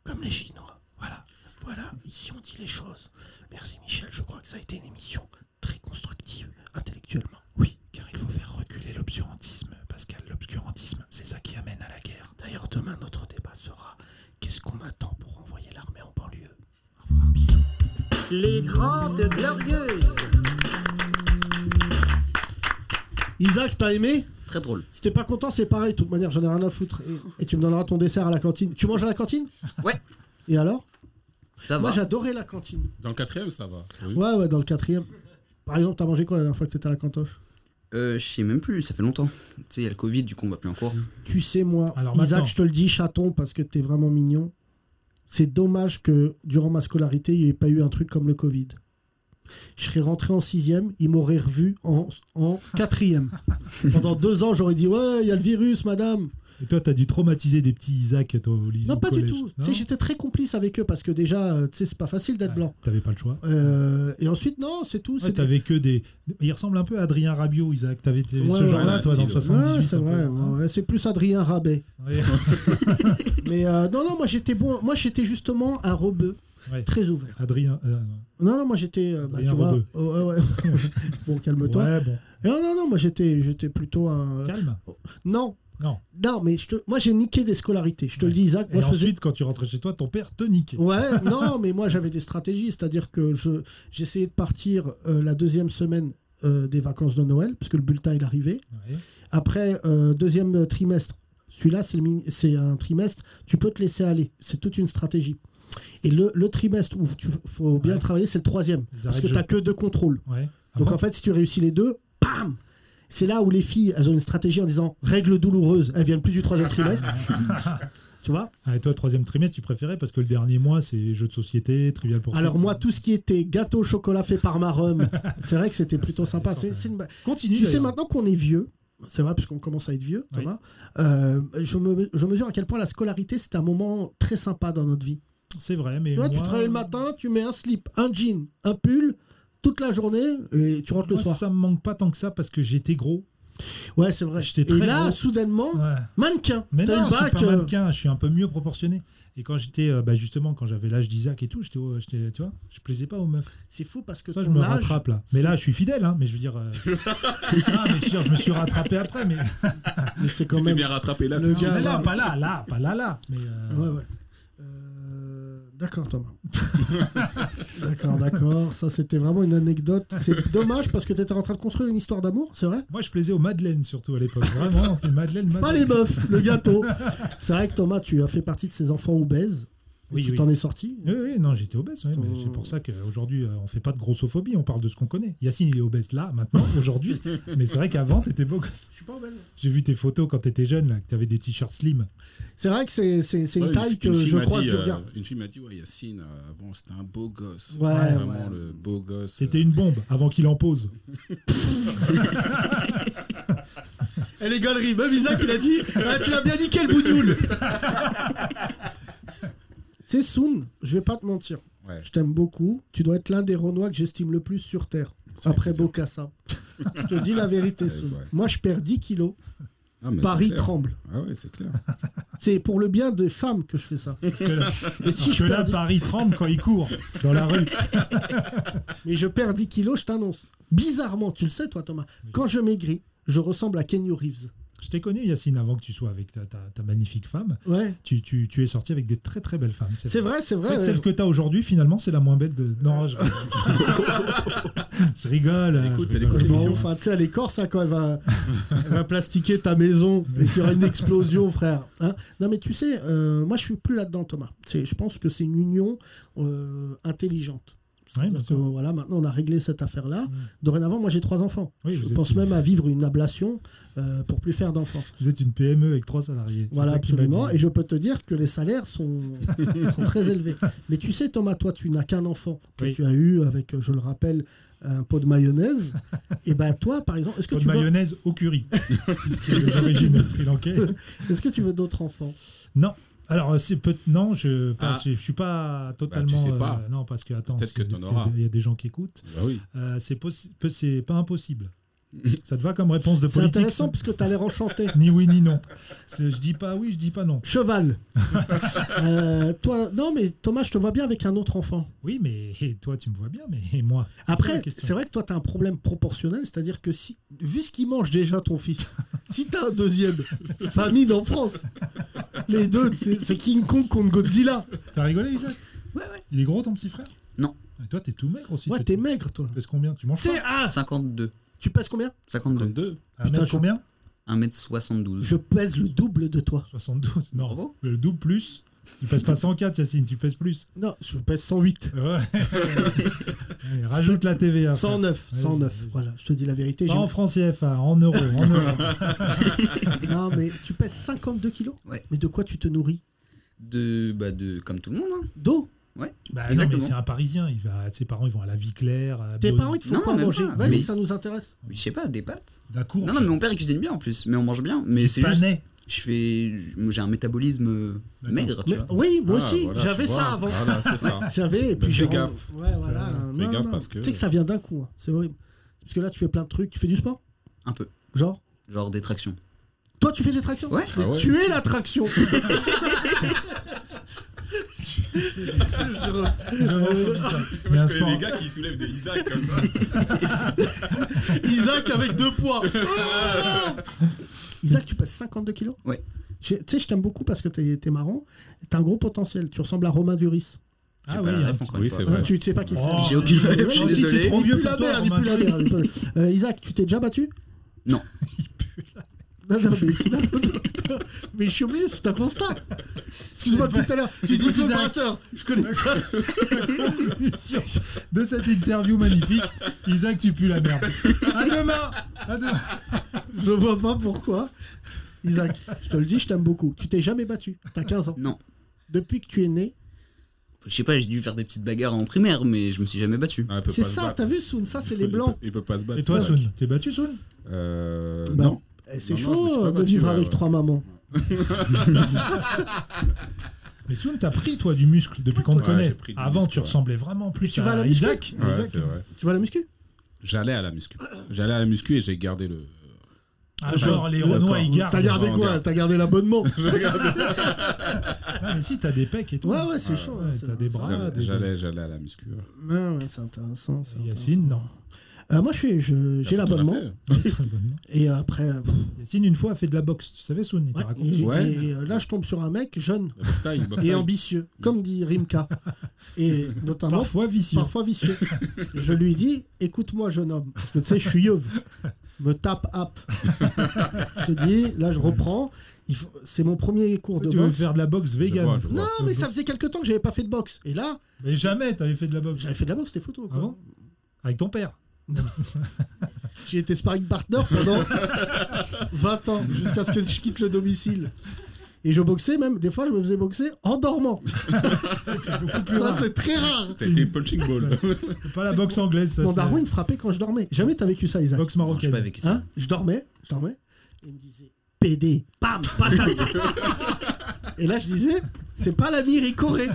H: Comme les Chinois. Voilà. Voilà. Ici, on dit les choses. Merci, Michel. Je crois que ça a été une émission très constructive, intellectuellement. Oui, car il faut faire reculer l'obscurantisme. Pascal, l'obscurantisme, c'est ça qui amène à la guerre. D'ailleurs, demain, notre débat sera qu'est-ce qu'on attend pour envoyer l'armée en banlieue Au revoir. Bisous.
A: Les Grandes Glorieuses.
E: Isaac, t'as aimé
F: Très drôle.
E: Si t'es pas content, c'est pareil. De toute manière, j'en ai rien à foutre. Et, et tu me donneras ton dessert à la cantine. Tu manges à la cantine
F: Ouais.
E: Et alors
F: Ça
E: Moi,
F: va.
E: j'adorais la cantine.
G: Dans le quatrième, ça va. Oui.
E: Ouais, ouais, dans le quatrième. Par exemple, t'as mangé quoi la dernière fois que t'étais à la cantoche
F: Euh, je sais même plus, ça fait longtemps. Tu sais, il y a le Covid, du coup, on va plus en cours.
E: Tu sais, moi,
D: Alors, maintenant.
E: Isaac, je te le dis, chaton, parce que t'es vraiment mignon. C'est dommage que durant ma scolarité, il n'y ait pas eu un truc comme le Covid. Je serais rentré en sixième, ils m'auraient revu en, en quatrième. Pendant deux ans, j'aurais dit Ouais, il y a le virus, madame.
D: Et toi, t'as dû traumatiser des petits Isaac toi, au lycée.
E: non,
D: au
E: pas
D: collège.
E: du tout. Tu
D: Non
E: sais, j'étais très complice avec eux parce que déjà, euh, tu sais, c'est pas facile d'être
D: Ouais,
E: blanc.
D: T'avais pas le choix.
E: Euh, et ensuite, non, c'est tout.
D: Ouais,
E: c'est
D: t'avais que des. Il ressemble un peu à Adrien Rabiot, Isaac. T'avais t'avais
E: Ouais,
D: ce
E: ouais,
D: genre-là,
G: ouais,
D: toi, dans le
G: style.
D: 78.
E: Ouais, c'est
D: un peu,
E: vrai.
D: hein.
E: ouais, c'est plus Adrien Rabet.
D: Ouais.
E: Mais euh, non, non, moi j'étais bon. Moi j'étais justement un rebeu
D: Ouais.
E: très ouvert.
D: Adrien. euh, non.
E: Non, non, moi j'étais. euh, bah,
D: Adrien
E: tu vois.
D: Rebeu.
E: ouais, ouais. bon, calme-toi.
D: Ouais, bon.
E: Non, non, non, moi j'étais, j'étais plutôt un.
D: Calme.
E: Non.
D: Non.
E: Non, mais je te... moi j'ai niqué des scolarités. Je te
D: Ouais.
E: le dis, Isaac.
D: Et
E: Moi je
D: ensuite,
E: faisais.
D: quand tu rentrais chez toi, ton père te niquait.
E: Ouais, non, mais moi j'avais des stratégies, c'est-à-dire que je j'essayais de partir euh, la deuxième semaine euh, des vacances de Noël, parce que le bulletin il arrivait.
D: Ouais.
E: Après, euh, deuxième trimestre, celui-là, c'est le mini- c'est un trimestre, tu peux te laisser aller. C'est toute une stratégie. Et le, le trimestre où il faut bien
D: Ouais.
E: travailler, c'est le troisième.
D: Ils
E: Parce
D: arrêtent
E: que
D: jeu.
E: tu que deux contrôles.
D: Ouais. Ah
E: Donc
D: bon
E: en fait, si tu réussis les deux, bam C'est là où les filles, elles ont une stratégie en disant règle douloureuse, elles viennent plus du troisième trimestre. tu vois
D: Ah, et toi, troisième trimestre, tu préférais parce que le dernier mois, c'est jeux de société, trivial pour
E: Alors moi, tout ce qui était gâteau au chocolat fait par ma rhum, c'est vrai que c'était plutôt sympa. C'est- c'est une-
D: continue.
E: Tu sais
D: d'ailleurs.
E: maintenant qu'on est vieux, c'est vrai, puisqu'on commence à être vieux,
D: Oui.
E: Thomas, euh, je, me, je mesure à quel point la scolarité, c'est un moment très sympa dans notre vie.
D: C'est vrai, mais.
E: tu vois, tu
D: moi-
E: travailles le matin, tu mets un slip, un jean, un pull, toute la journée, et tu rentres le
D: Moi,
E: soir.
D: ça me manque pas tant que ça parce que j'étais gros.
E: Ouais, c'est vrai.
D: J'étais
E: et
D: très
E: là,
D: gros.
E: soudainement,
D: Ouais.
E: mannequin.
D: Mais
E: T'as eu
D: non,
E: le
D: je suis
E: bac,
D: pas
E: euh,
D: mannequin, je suis un peu mieux proportionné. Et quand j'étais, euh, bah, justement, quand j'avais l'âge d'Isaac et tout, j'étais, au- j'étais- tu vois, je plaisais pas aux meufs.
E: C'est fou parce que
D: Ça, je
E: ton
D: me
E: âge,
D: rattrape là. Mais là, je suis fidèle, hein, mais je veux dire. euh, ah, mais sûr, je me suis rattrapé après, mais.
E: mais c'est quand
G: Tu t'es
E: même.
G: bien rattrapé là.
E: Le
G: tout de
E: gars-
D: Mais
G: suite.
D: là, pas là, là, pas là, là. Mais, euh,
E: Ouais, ouais. Euh, D'accord Thomas. d'accord, d'accord. Ça c'était vraiment une anecdote. C'est dommage parce que t'étais en train de construire une histoire d'amour, c'est vrai
D: Moi, je plaisais aux Madeleines surtout à l'époque. Vraiment, c'est Madeleine, Madeleine.
E: Pas les meufs, le gâteau. C'est vrai que Thomas, tu as fait partie de ces enfants obèses. Et
D: Oui,
E: tu
D: oui.
E: t'en es sorti.
D: Oui, oui, non, j'étais obèse. oui, mais
E: Ton-
D: c'est pour ça qu'aujourd'hui, euh, on fait pas de grossophobie, on parle de ce qu'on connaît. Yacine, il est obèse là, maintenant, aujourd'hui. mais c'est vrai qu'avant, t'étais beau gosse.
E: Je suis pas obèse.
D: J'ai vu tes photos quand t'étais jeune, là, que t'avais des t-shirts slim.
E: C'est vrai que c'est c'est- c'est une
G: Ouais,
E: taille
G: fille-
E: que
G: fille
E: je
G: m'a
E: crois que
G: dit,
E: tu
G: euh,
E: regardes.
G: Une fille m'a dit, ouais, Yacine, euh, avant c'était un beau gosse.
E: Ouais,
G: Vraiment
E: ouais.
G: le beau gosse. euh,
D: C'était une bombe avant qu'il en pose.
E: Elle est galerie. Même Isaac, il a dit Tu l'as bien dit, quel boudoule C'est Soun, je vais pas te mentir.
G: Ouais.
E: Je t'aime beaucoup. Tu dois être l'un des Renois que j'estime le plus sur Terre.
G: Ça fait
E: Après
G: plaisir.
E: Bocassa. je te dis la vérité,
G: Ouais,
E: Soun.
G: ouais.
E: Moi, je perds 10 kilos.
G: Ah, mais c'est
E: Paris
G: clair.
E: tremble.
G: Ah ouais, c'est clair.
E: C'est pour le bien des femmes que je fais ça.
D: Que là,
E: Mais si
D: que
E: je
D: là,
E: perds 10,
D: Paris tremble quand il court dans la rue.
E: mais je perds 10 kilos, je t'annonce. Bizarrement, tu le sais, toi, Thomas, quand je maigris, je ressemble à Kenny Reeves.
D: Je t'ai connu, Yacine, avant que tu sois avec ta, ta- ta magnifique femme.
E: Ouais.
D: Tu, tu- tu es sorti avec des très très belles femmes.
E: C'est vrai, c'est
D: En
G: Ah,
E: vrai.
D: fait, celle
E: ouais.
D: que t'as aujourd'hui, finalement, c'est la moins belle de. Non, je rigole. je rigole. euh,
G: Écoute,
D: je
G: elle
D: rigole.
G: écoute
E: Bon,
G: l'émission.
E: enfin, tu sais, elle est corse, hein, quand elle va, elle va plastiquer ta maison et qu'il y aura une explosion, frère. Hein non, mais tu sais, euh, moi, je suis plus là-dedans, Thomas. C'est- Je pense que c'est une union euh, intelligente.
D: Ouais, bien
E: C'est-à-dire que,
D: sûr. Mm.
E: voilà, maintenant on a réglé cette affaire-là. Dorénavant, moi j'ai trois enfants.
D: Oui, vous
E: je
D: êtes-
E: pense même à vivre une ablation euh, pour plus faire d'enfants.
D: Vous êtes une PME avec trois salariés. c'est
E: Voilà,
D: ça que tu m'as
E: absolument.
D: dit.
E: Et je peux te dire que les salaires sont, sont très élevés. Mais tu sais, Thomas, toi, tu n'as qu'un enfant que
D: Oui.
E: tu as eu avec, je le rappelle, un pot de mayonnaise. Et ben toi, par exemple, est-ce que,
D: Pas de
E: tu veux,
D: mayonnaise au curry, puisqu'il a des origines sri-lankaises.
E: est-ce que tu veux d'autres enfants
D: Alors, euh, c'est peut non, je
G: Ah.
D: ne suis pas totalement. euh,
G: sais pas.
D: non, parce que attends,
G: Peut-être que
D: c'est-
G: t'en
D: il y a
G: auras.
D: des- Il y a des gens qui écoutent.
G: Bah oui.
D: Euh, c'est possi- peu- c'est pas impossible. ça te va comme réponse de
E: C'est
D: politique
E: intéressant parce que tu as l'air enchanté.
D: ça Ni oui ni non. C'est- Je dis pas oui, je dis pas non.
E: Cheval. Euh, toi, non, mais Thomas, je te vois bien avec un autre enfant.
D: Oui, mais hé, toi tu me vois bien, mais hé, moi. C'est ça, la
E: Après,
D: question.
E: c'est vrai que toi, tu as un problème proportionnel, c'est-à-dire que si, vu ce qu'il mange déjà ton fils, si tu as un deuxième, famine en France, les deux, c'est c'est King Kong contre Godzilla.
D: T'as rigolé, Isaac
F: Ouais, ouais.
D: Il est gros ton petit frère
F: Non.
D: Et toi t'es tout maigre aussi.
E: Ouais, t'es maigre, toi.
D: Tu pèses combien Tu manges
E: Tu
D: pas
E: sais, ah,
F: 52.
E: tu pèses combien
F: 52.
G: 52.
D: Un mètre
E: putain, je-
D: combien
F: 1m72.
E: Je pèse le double de toi.
D: 72. Non.
F: Bravo.
D: Le double plus. Tu pèses pas 104, Yacine, tu pèses plus.
E: Non, je pèse 108.
D: Ouais. Allez, rajoute la
E: Ah,
D: TVA. frère.
E: 109,
D: Ouais,
E: 109,
D: vas-y.
E: voilà, je te dis la vérité.
D: Pas
E: j'ai-
D: en francs CFA, en euros. En euros. Bah,
E: Non, mais tu pèses 52 kilos
F: Ouais.
E: Mais de quoi tu te nourris
F: De, bah de, comme tout le monde. hein.
E: D'eau
D: Bah, non, mais
F: Exactement.
D: c'est un Parisien. Il va, ses parents ils vont à la vie claire. à
E: Tes
D: Beaune-
E: parents, ils te font
F: Non,
E: quoi
F: même
E: manger
F: pas.
E: Vas-y,
F: Mais-
E: ça nous intéresse.
F: Mais Je sais pas, des pâtes.
D: D'un cours.
F: Non, non, mais mon père il cuisine bien en plus. Mais on mange bien. Mais
D: du
F: c'est juste.
D: panais.
F: Je fais. moi, J'ai un métabolisme euh,
D: D'accord.
F: maigre, tu
E: Mais-
F: vois.
E: oui, moi
G: Ah,
E: aussi,
G: voilà,
E: j'avais
G: tu vois.
E: ça avant.
G: Voilà, c'est ça.
E: J'avais, et puis
G: fais
E: j'ai.
G: gaffe.
E: Ouais, voilà.
G: Fais
E: Non,
G: gaffe
E: non.
G: parce que-
E: Tu sais que ça vient d'un coup, hein. c'est horrible. Parce que là, tu fais plein de trucs. Tu fais du sport
F: Un peu.
E: Genre
F: Genre des tractions.
E: Toi, tu fais des tractions
F: Ouais.
E: Mais
G: Ah ouais.
E: Tu es la traction Je-
D: Mais un
G: Je connais
D: sport.
G: des gars qui soulèvent des Isaac comme ça.
E: Isaac avec deux poids Ah Isaac, tu passes 52 kilos
F: Ouais.
E: Je- Tu sais, je t'aime beaucoup parce que t'es t'es marrant. T'as un gros potentiel. Tu ressembles à Romain Duris.
F: J'ai pas
D: Ah oui,
F: la
D: un
F: ref
D: petit-
F: encore
G: Oui,
F: une fois.
G: c'est
E: Hein,
G: vrai.
E: tu sais pas qui c'est.
D: Oh,
F: J'ai aucune
E: Euh,
D: non,
F: rêve, je suis
D: si, c'est
F: désolé.
D: trop
E: Il
D: vieux
E: pue
D: pour
E: la
D: toi,
E: merde, il
D: Romain
E: pue la
D: Duris.
E: merde. Euh, Isaac, tu t'es déjà battu
F: Non.
E: Non, non, mais, c'est- non, non, mais je suis obligé, c'est un constat. Excuse-moi depuis tout à l'heure, tu dis
D: Écoute, Isaac.
E: collaborateur, je connais pas.
D: Sur- De cette interview magnifique, Isaac, tu pues la merde. À demain. À demain.
E: Je vois pas pourquoi. Isaac, je te le dis, je t'aime beaucoup. Tu t'es jamais battu, t'as 15 ans.
F: Non.
E: Depuis que tu es né,
F: Je sais pas, j'ai dû faire des petites bagarres en primaire, mais je me suis jamais battu.
G: Ah, il peut
E: c'est
G: pas se
E: ça,
G: battre.
E: t'as vu Soun, ça Ah, c'est les
G: Il peut-
E: blancs.
G: Il peut pas se battre.
D: Et toi,
G: c'est vrai.
D: Soun, t'es battu, Soun
G: Euh,
E: Bah,
G: Non.
E: Eh, C'est
G: Non, non, je me suis
E: chaud
G: pas
E: euh, de
G: battu,
E: vivre
G: ouais,
E: avec
G: ouais.
E: trois mamans.
D: Mais Soun, t'as pris, toi, du muscle depuis qu'on te
G: Ouais,
D: connaît.
G: j'ai pris du
D: Avant,
G: muscle,
D: tu
G: ouais.
D: ressemblais vraiment plus
E: Tu
D: à
E: vas à la muscu
D: Isaac.
G: Ouais,
D: Isaac,
G: c'est vrai.
E: Tu vas à la muscu
G: J'allais à la muscu. J'allais à la muscu et j'ai gardé le.
D: Ah, genre, les
G: D'accord.
D: Renois, ils gardent.
E: T'as gardé
G: on
E: quoi
G: regarde.
E: T'as gardé l'abonnement
D: Ah, mais si, t'as des pecs et tout.
E: Ouais, ouais, c'est chaud.
D: Ouais,
E: hein,
D: t'as
E: c'est-
D: des bras.
G: J'allais-
D: des-
G: J'allais, j'allais à la muscu. ouais.
E: Ouais, ouais, c'est intéressant. c'est
D: Yacine, non.
E: intéressant. Euh, moi, je suis- je- j'ai
G: T'as tout à
E: l'abonnement.
G: fait.
E: Et après, euh,
D: Yacine, une fois, a fait de la boxe. Tu savais, Soun, il t'a
E: ouais,
D: raconté.
E: et-
G: Ouais.
E: et, euh, là, je tombe sur un mec jeune
G: Le boxe taille, le boxe
E: et
G: taille.
E: ambitieux, comme dit Rimka. Et notamment,
D: Parfois vicieux.
E: parfois vicieux. Je lui dis écoute-moi, jeune homme, parce que tu sais, je suis yeuve. Me tape app. je te dis, là, je reprends. Il faut- C'est mon premier cours de
D: tu veux
E: boxe.
D: faire de la boxe vegan.
G: vois, je vois.
E: Non, mais ça faisait quelques temps que j'avais pas fait de boxe. Et là,
D: Mais jamais t'avais fait de la boxe.
E: j'avais fait de la boxe, c'était photos. quoi.
D: Ah bon Avec ton père.
E: J'ai été sparring partner pendant 20 ans, jusqu'à ce que je quitte le domicile. Et je boxais même, des fois je me faisais boxer en dormant.
D: C'est beaucoup plus
E: Ça
D: rare.
E: c'est très rare.
G: T'as été punching ball.
D: C'est pas la boxe anglaise, ça.
E: Mon
D: c'est
E: daron il me frappait quand je dormais. Jamais t'as vécu ça
D: la
E: Isaac.
D: boxe
F: Non, j'ai pas
D: marocaine.
F: vécu ça.
E: Hein je dormais, je dormais. Et il me disait PD, pam, patate. Et là je disais, c'est pas l'ami Ricoré.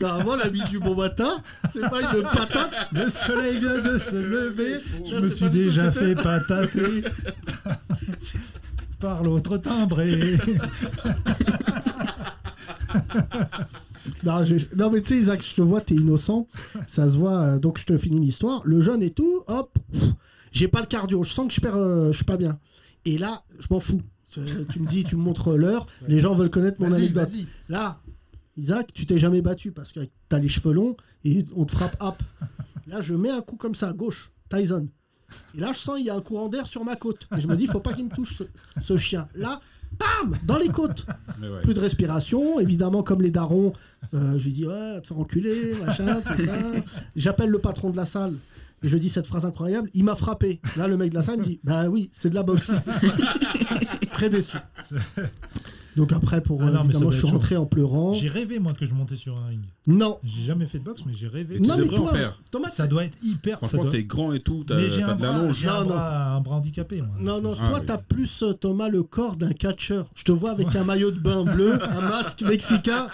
E: Normalement l'ami du bon matin, c'est pas une patate.
D: Le soleil vient de se lever. Je
E: Ça,
D: me
E: c'est
D: suis
E: pas du tout
D: déjà
E: ça.
D: fait patater. Par l'autre timbré.
E: Non, je- non, mais tu sais, Isaac, je te vois, t'es innocent. Ça se voit. euh, donc, je te finis l'histoire. Le jeune et tout, hop, pff, j'ai pas le cardio. Je sens que je perds, euh, je suis pas bien. Et là, je m'en fous. C'est- Tu me dis, tu me montres l'heure. Les gens veulent connaître mon
D: Vas-y,
E: anecdote.
D: vas-y.
E: Là, Isaac, tu t'es jamais battu parce que t'as les cheveux longs et on te frappe, hop. Là, je mets un coup comme ça, à gauche, Tyson. Et là, je sens il y a un courant d'air sur ma côte. Et je me dis, faut pas qu'il me touche ce, ce chien. Là, bam, dans les côtes.
G: Mais ouais.
E: Plus de respiration, évidemment, comme les darons. euh, je lui dis, ouais, te faire enculer, machin, tout ça. J'appelle le patron de la salle. Et je dis cette phrase incroyable, il m'a frappé. Là, le mec de la salle me dit, bah oui, c'est de la boxe. Très déçu. Donc après, pour
D: Ah
E: euh,
D: non, mais ça
E: évidemment,
D: doit
E: je suis
D: être chaud.
E: rentré en pleurant.
D: J'ai rêvé, moi, que je montais sur un ring.
E: Non.
D: J'ai jamais fait de boxe, mais j'ai rêvé.
G: Et tu
E: non, mais
G: devrais en
E: toi,
G: faire.
E: Thomas,
D: Ça doit être hyper. ça
G: Franchement,
D: doit-
G: t'es grand et tout, t'as
D: Mais j'ai
G: t'as
D: un,
G: de la
D: bras,
G: longe.
D: j'ai un,
E: Non, non.
D: bras- un bras handicapé, moi.
E: Non, non,
G: Ah,
E: toi,
G: oui.
E: t'as plus, euh, Thomas, le corps d'un catcheur. Je te vois avec un maillot de bain bleu, un masque mexicain.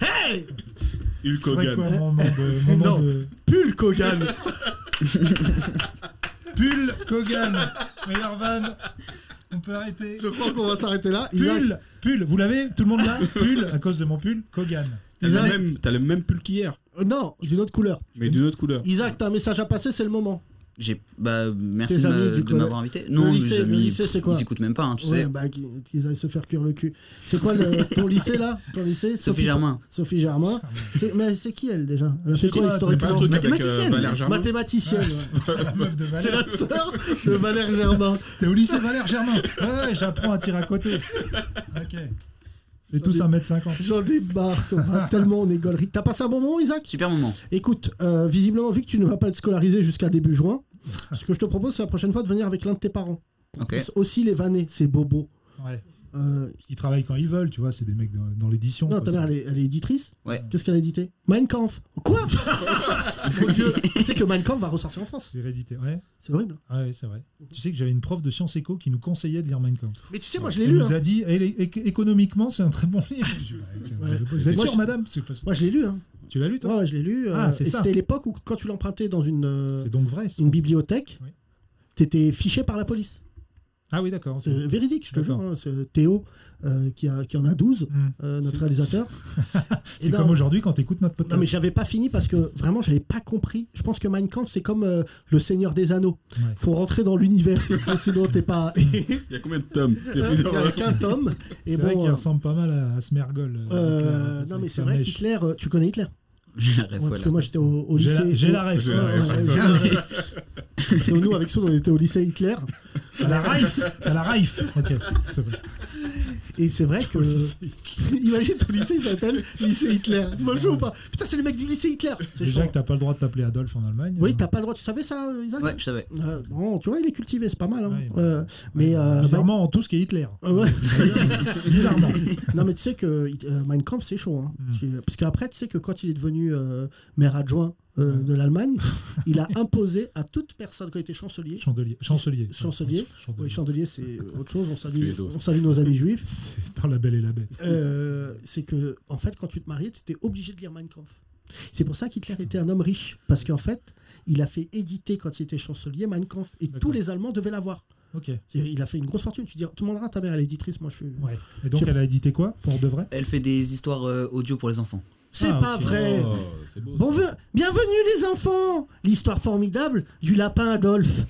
E: Hey
G: Hulk
D: C'est vrai que,
G: Hogan.
D: ouais, mon moment de- mon moment
E: Non.
D: de-
E: Pull, Kogan
D: Pull, Kogan, meilleur van. On peut arrêter.
E: Je crois qu'on va s'arrêter là. Isaac,
D: Pull, pull, vous l'avez Tout le monde là Pull, à cause de mon pull, Kogan.
G: T'as le
E: Isaac-
G: même- T'as le même pull qu'hier,
E: euh, Non, d'une autre couleur.
G: mais d'une autre couleur.
E: Isaac, t'as un message à passer, c'est le moment.
F: J'ai bah merci
E: Tes
F: de,
E: amis
F: m'a-
E: du
F: de
E: collège-
F: m'avoir invité. Non,
E: lycée,
F: mes
E: le
F: amis,
E: lycée, c'est quoi
F: Ils écoutent même pas, hein, tu
E: ouais,
F: sais.
E: bah, qu'ils qu'ils aillent se faire cuire le cul. C'est quoi le- ton lycée, là Ton lycée
F: Sophie Germain.
E: Sophie Germain. C'est- Mais c'est qui, elle, déjà Elle a fait
D: sais
E: quoi,
D: pas,
G: C'est pas un
E: historiquement
G: truc avec euh,
F: Mathématicienne.
G: Valère Germain
E: Mathématicienne. ouais.
D: La meuf de
E: C'est
D: Valère.
E: la sœur de Valère Germain.
D: T'es au lycée Valère Germain. Ouais, ouais, j'apprends à tirer à côté. Ok. Et tous 1m50.
E: J'en ai marre, Thomas. Tellement on est gaulerie. T'as passé un bon moment, Isaac
F: Super moment.
E: Écoute, euh, visiblement, vu que tu ne vas pas être scolarisé jusqu'à début juin, ce que je te propose, c'est la prochaine fois de venir avec l'un de tes parents.
F: Ok.
E: Parce- Aussi les vanner, ces bobos.
D: Ouais.
E: Euh,
D: Ils travaillent quand ils veulent, tu vois, c'est des mecs dans, dans l'édition.
E: non,
D: quoi.
E: ta mère, elle est, elle est éditrice
F: Ouais.
E: Qu'est-ce qu'elle a édité Mein Kampf. Quoi Mon Dieu Tu sais que Mein Kampf va ressortir en France.
D: C'est hérédité. Ouais,
E: C'est horrible.
D: Ah ouais c'est vrai.
E: Mhm.
D: Tu sais que j'avais une prof de sciences éco qui nous conseillait de lire Mein Kampf.
E: Mais tu sais, moi, je l'ai
D: Elle
E: lu.
D: nous
E: hein.
D: a dit, eh, les- éco- économiquement, c'est un très bon livre. Je dis, bah,
E: Ouais.
D: Vous êtes
E: Moi,
D: sûr,
E: je-
D: madame C'est parce-
E: Moi, je l'ai lu. Hein.
D: Tu l'as lu, toi
E: Ouais, ouais, je l'ai lu. euh,
D: Ah, c'est
E: et
D: ça.
E: c'était l'époque où, quand tu l'empruntais dans une, euh,
D: C'est donc vrai.
E: une bibliothèque,
D: Oui.
E: t'étais fiché par la police.
D: Ah oui, d'accord. ok.
E: C'est véridique, je te jure.
D: D'accord.
E: hein. C'est Théo, euh, qui, a- qui en a 12,
D: Hmm.
E: euh,
D: C'est-
E: notre réalisateur. Et
D: C'est
E: d'un-
D: comme aujourd'hui quand t'écoutes notre
E: Non
D: podcast.
E: mais j'avais pas fini parce que vraiment j'avais pas compris. Je pense que Mein Kampf c'est comme euh, le Seigneur des Anneaux.
D: Ouais.
E: Faut rentrer dans l'univers sinon t'es pas. Il
G: Il y a combien de tomes Il y a
E: Ah, y a
G: plusieurs.
E: qu'un tome. Et
D: C'est vrai
E: bon.
D: qu'il
E: euh,
D: ressemble pas mal à, à Smergol. euh,
E: euh,
D: avec la-
E: non mais
D: avec
E: c'est
D: sa
E: vrai
D: mèche.
E: qu'Hitler, euh, tu connais Hitler
F: J'ai la ref,
E: Ouais, Parce
F: voilà.
E: que moi j'étais au, au
D: J'ai la-
E: lycée.
D: J'ai la
E: au-
D: ref.
G: J'ai
E: Ouais,
G: la
E: ouais, ouais, j'ai la ref. Parce que nous avec Saul on était au lycée Hitler.
D: À la Raif. À la Raif. Ok. c'est vrai.
E: Et c'est vrai que. Imagine ton lycée il s'appelle lycée Hitler. Tu vois le jeu ou pas Putain c'est le mec du lycée Hitler. C'est
D: Déjà
E: chaud.
D: que t'as pas le droit de t'appeler Adolphe en Allemagne.
E: Oui
D: euh,
E: t'as pas le droit. Tu savais ça euh, Isaac
F: Ouais, je savais.
E: Euh, bon, tu vois, il est cultivé, c'est pas mal. hein.
D: Ouais,
E: Euh, mais euh,
D: Bizarrement, en tout ce qui est Hitler.
E: bah, ouais.
D: Bizarrement. Mm.
E: non, mais tu sais que euh, Mein Kampf, c'est chaud. hein. Parce que- Parce qu'après, tu sais que quand il est devenu euh, maire adjoint
D: Mm.
E: euh, de l'Allemagne, il a imposé à toute personne qui était chancelier.
D: Chandelier. Chancelier.
E: Chancelier.
D: Chandelier.
E: Oui, chandelier, c'est autre chose. On salue,
G: Suédois.
E: on salue nos amis juifs.
D: C'est dans La Belle et la Bête.
E: Euh, c'est que, en fait, quand tu te mariais, tu étais obligé de lire Mein Kampf. C'est pour ça qu'Hitler était un homme riche. Parce qu'en fait, il a fait éditer, quand il était chancelier, Mein Kampf. Et tous
D: D'accord.
E: les Allemands devaient l'avoir.
D: Ok.
E: C'est-à-dire, Il a fait une grosse fortune. Tu dis, tu demanderas à ta mère, elle est éditrice, moi je suis.
D: Ouais. Et donc,
E: Je-
D: elle a édité quoi pour de vrai
F: Elle fait des histoires euh, audio pour les enfants.
E: C'est
D: Ah,
E: pas
D: ok.
E: vrai.
G: Oh, c'est beau, ça.
E: Bon, ve- bienvenue les enfants. L'histoire formidable du lapin Adolphe.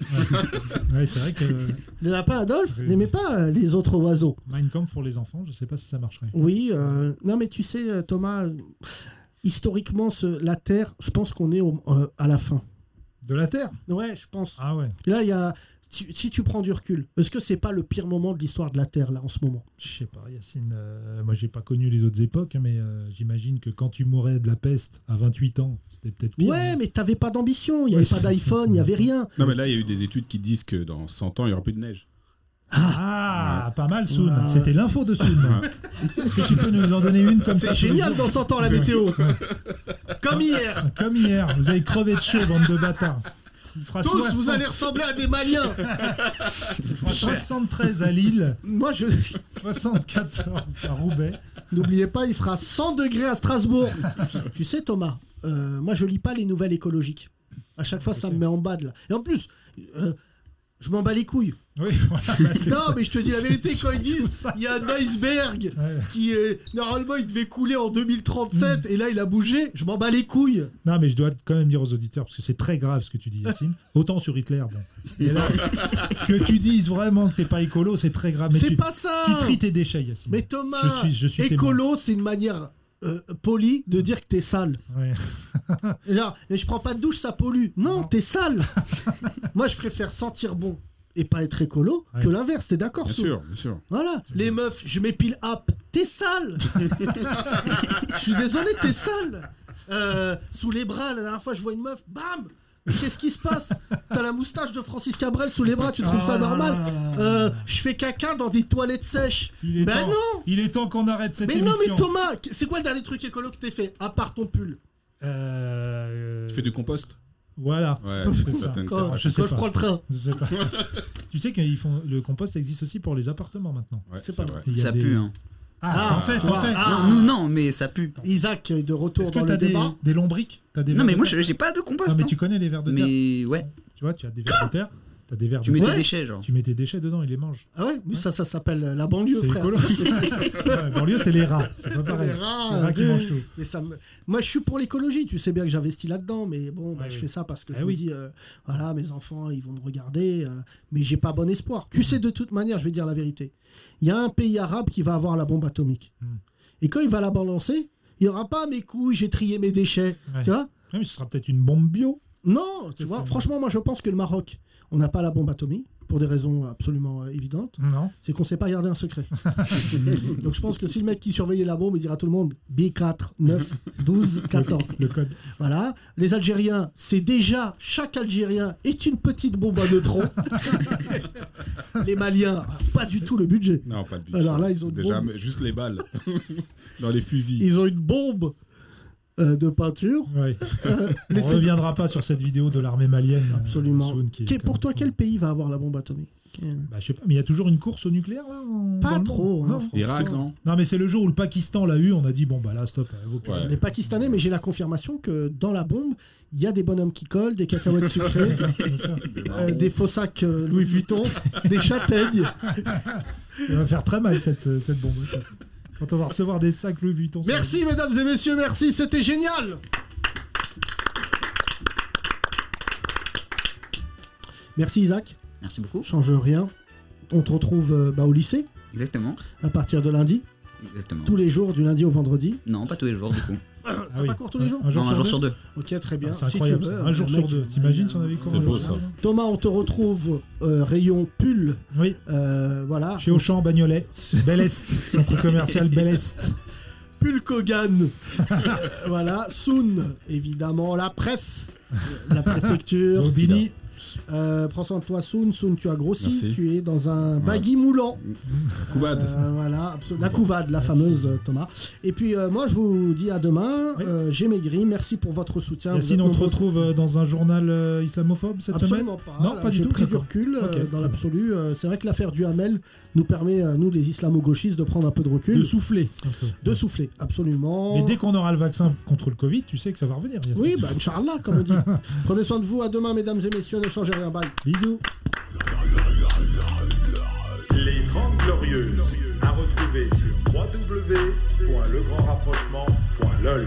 D: Ouais, c'est vrai que euh,
E: Le lapin Adolphe
D: Oui.
E: n'aimait pas euh, les autres oiseaux.
D: Mein Kampf pour les enfants, je sais pas si ça marcherait.
E: Oui, euh, non mais tu sais euh, Thomas, euh, historiquement ce- la Terre, je pense qu'on est au- euh, à la fin.
D: De la Terre
E: Ouais, je pense.
D: Ah ouais.
E: Là il y a, tu- si tu prends du recul, est-ce que c'est pas le pire moment de l'histoire de la Terre là en ce moment
D: Je sais pas, Yacine. euh, moi, j'ai pas connu les autres époques, mais euh, j'imagine que quand tu mourais de la peste à 28 ans, c'était peut-être pire.
E: Ouais,
D: hein.
E: mais t'avais pas d'ambition, il y avait
D: Oui,
E: pas
D: c'est-
E: d'iPhone, il y avait rien.
G: Non, mais là, il y a eu des études qui disent que dans 100 ans, il n'y aura plus de neige.
D: Ah, pas mal, Soun.
E: Ouais.
D: C'était l'info de Soun. Est-ce que tu peux nous en donner une comme ça
E: C'est
D: tous les
E: génial
D: jours
E: dans 100 ans la météo. Comme hier.
D: Comme hier, vous avez crevé de chaud, bande de bâtards. Il fera
E: Tous, vous
D: 60
E: allez ressembler à des Maliens.
D: il fera 73 à Lille,
E: Moi, je
D: 74 à Roubaix.
E: n'oubliez pas, il fera 100 degrés à Strasbourg. tu sais, Thomas, euh, moi, je lis pas les nouvelles écologiques. À chaque fois, ça me met en bas de là. Et en plus, euh, je m'en bats les couilles.
D: Oui, voilà, bah, c'est
E: Non,
D: ça.
E: mais je te dis la vérité,
D: C'est
E: quand ils
D: surtout
E: disent
D: ça.
E: il y a un iceberg
D: Ouais.
E: qui est. Normalement, il devait couler en
D: Hmm.
E: 2037 et là, il a bougé. Je m'en bats les couilles.
D: Non, mais je dois quand même dire aux auditeurs, parce que c'est très grave ce que tu dis, Yacine. Autant sur Hitler, bon. Et là, que tu dises vraiment que t'es pas écolo, c'est très grave. Ah, Mais
E: C'est
D: tu,
E: pas ça.
D: tu tries tes déchets, Yacine.
E: Mais Thomas,
D: Je suis- je suis témoin.
E: écolo, c'est une manière euh, polie de dire que t'es sale.
D: Ouais.
E: Genre, mais je prends pas de douche, ça pollue. Non, t'es sale. Moi, je préfère sentir bon et pas être écolo que
D: Ouais.
E: l'inverse. T'es d'accord
G: Bien
E: Sou
G: sûr, bien sûr.
E: Voilà. Les meufs, je m'épile up. T'es sale. je suis désolé, t'es sale. Euh, sous les bras, la dernière fois, je vois une meuf. Bam. Mais Qu'est-ce qui se passe T'as la moustache de Francis Cabrel sous les bras, tu trouves ça
D: Ah.
E: normal Euh, Je fais caca dans des toilettes sèches.
D: Il est
E: Ben
D: temps-
E: non
D: Il est temps qu'on arrête cette
E: Mais
D: émission.
E: non, mais Thomas, c'est quoi le dernier truc écolo que t'es fait À part ton pull
D: Euh,
G: Tu fais du compost
D: Voilà.
G: Ouais,
D: C'est
G: c'est
D: ça.
G: certaines
E: Quand,
D: je sais
E: quand je
D: pas.
E: prends le train.
D: Je sais pas. tu sais que le compost existe aussi pour les appartements maintenant.
G: Ouais,
E: c'est
G: c'est
E: pas
G: vrai.
D: Il y a
F: Ça
D: des-
F: pue, hein.
D: Ah,
E: Ah,
D: t'en fais,
E: tu
D: t'en
E: vois.
D: fais.
E: Ah.
F: Non, nous, non, mais ça pue.
E: Isaac est de retour
D: Est-ce que
E: dans le
D: t'as des,
E: débat.
D: des lombriques T'as des
F: Non,
D: vers
F: mais
D: de
F: moi,
D: terre
F: je- j'ai pas de compost.
D: Ah, mais
F: hein.
D: tu connais les vers de terre.
F: Mais ouais,
D: Tu vois, tu as des vers de terre, t'as des vers
F: tu
D: de
F: mets
D: terre.
F: tes déchets,
G: Hein.
F: genre.
D: Tu mets tes déchets dedans, il les mange.
E: Ah ouais, mais ça, ça s'appelle euh, la banlieue,
D: C'est
E: frère.
D: écolo. Ouais, banlieue, c'est les rats. C'est pas pareil.
E: les rats,
D: les rats qui
E: euh,
D: mangent tout.
E: Mais ça me- Moi, je suis pour l'écologie. Tu sais bien que j'investis là-dedans, mais bon, bah,
D: Ah
E: je
D: oui.
E: fais ça parce que
D: Ah
E: je
D: oui.
E: me dis, euh, voilà, mes enfants, ils vont me regarder, euh, mais j'ai pas bon
D: Mm.
E: espoir. Tu sais, de toute manière, je vais te dire la vérité. Il y a un pays arabe qui va avoir la bombe atomique,
D: Mm.
E: et quand il va la balancer, il y aura pas mes couilles, j'ai trié mes déchets,
D: Ouais.
E: tu vois
D: Ouais, mais ce sera peut-être une bombe bio.
E: Non, tu vois. Franchement, moi, je pense que le Maroc, on n'a pas la bombe atomique pour des raisons absolument euh, évidentes.
D: Non.
E: c'est qu'on sait pas garder un secret. Donc je pense que si le mec qui surveillait la bombe, il dira à tout le monde B4, 9, 12, 14.
D: Le code.
E: Voilà. Les Algériens, c'est déjà, chaque Algérien est une petite bombe à neutrons. les Maliens, pas du tout le budget.
G: Non, pas de but.
E: Alors là, ils ont de
G: déjà
E: bombes.
G: mais juste les balles dans les fusils.
E: Ils ont une bombe euh, de peinture.
D: Ouais. On
E: Mais
D: ne
E: c'est-
D: reviendra pas sur cette vidéo de l'armée malienne. euh,
E: Absolument.
D: Soun, qui est
E: Quel- pour
D: comme-
E: toi, quel pays va avoir la bombe atomique
D: Bah, je sais pas, mais il y a toujours une course au nucléaire là en-
E: Pas
D: dans le
E: trop,
D: monde
E: hein,
D: non.
E: franchement.
G: Irak, non
D: Non, mais c'est le jour où le Pakistan l'a eu, on a dit bon bah là stop. euh, vaut plus
G: Ouais.
D: rien.
E: Les Pakistanais, mais j'ai la confirmation que dans la bombe, il y a des bonhommes qui collent, des cacahuètes sucrées,
D: Bien sûr.
E: euh, des faux sacs euh, Louis Vuitton, des châtaignes.
D: Ça va faire très mal cette, euh, cette bombe. Quand on va recevoir des sacs Louis Vuitton. ça va-
E: Merci mesdames et messieurs, merci, c'était génial. Merci Isaac,
F: Merci beaucoup.
E: change rien. On te retrouve euh, bah, au lycée
F: Exactement.
E: à partir de lundi,
F: Exactement.
E: tous les jours du lundi au vendredi.
F: Non, pas tous les jours, du coup.
D: Ah oui.
E: pas cours tous les jours
D: Un jour,
F: non, un jour
D: deux
F: sur deux.
E: Ok, très bien.
D: Ah, c'est
E: Si tu
D: incroyable.
E: veux,
D: ça.
E: euh,
D: un jour
E: le
D: sur
E: mec,
D: deux.
E: euh,
D: T'imagines si on avait
E: euh,
D: cours
G: C'est
D: un
G: beau
D: jour
G: ça.
D: sur deux
E: Thomas, on te retrouve euh, rayon pull.
D: Oui,
E: euh, voilà.
D: chez Auchan, Bagnolet, Bel Est, centre commercial Bel Est.
E: Pull Kogan. voilà. Soon, évidemment. La préf. La préfecture.
D: Bobigny.
E: Euh, prends soin de toi, Soun. Soun, tu as grossi.
G: Merci.
E: Tu es dans un baggy moulant.
G: Koubad.
E: Euh, voilà, absolument. La couvade, la fameuse, euh, Thomas. Et puis, euh, moi, je vous dis à demain.
D: Oui.
E: Euh, J'ai maigri. Merci pour votre soutien.
D: Yacine,
E: Ah, Vous êtes
D: on te
E: nombreux.
D: retrouve euh, dans un journal euh, islamophobe cette
E: Absolument
D: semaine
E: pas.
D: Non,
E: Là,
D: pas du
E: J'ai
D: tout.
E: pris du
D: d'accord.
E: recul euh,
D: Ok,
E: dans
D: d'accord.
E: l'absolu. Euh, C'est vrai que l'affaire du Hamel nous permet, euh, nous, les islamo-gauchistes, de prendre un peu de recul.
D: De souffler. un peu.
E: De souffler, absolument.
D: Mais dès qu'on aura le vaccin contre le Covid, tu sais que ça va revenir. Yacine.
E: Oui, bah, Inch'Allah, comme on dit. Prenez soin de vous. À demain, mesdames et messieurs. Ne changez rien. Bye.
D: Bisous.
I: Les 30 Glorieuses, à retrouver sur www.legrandrapprochement.lol.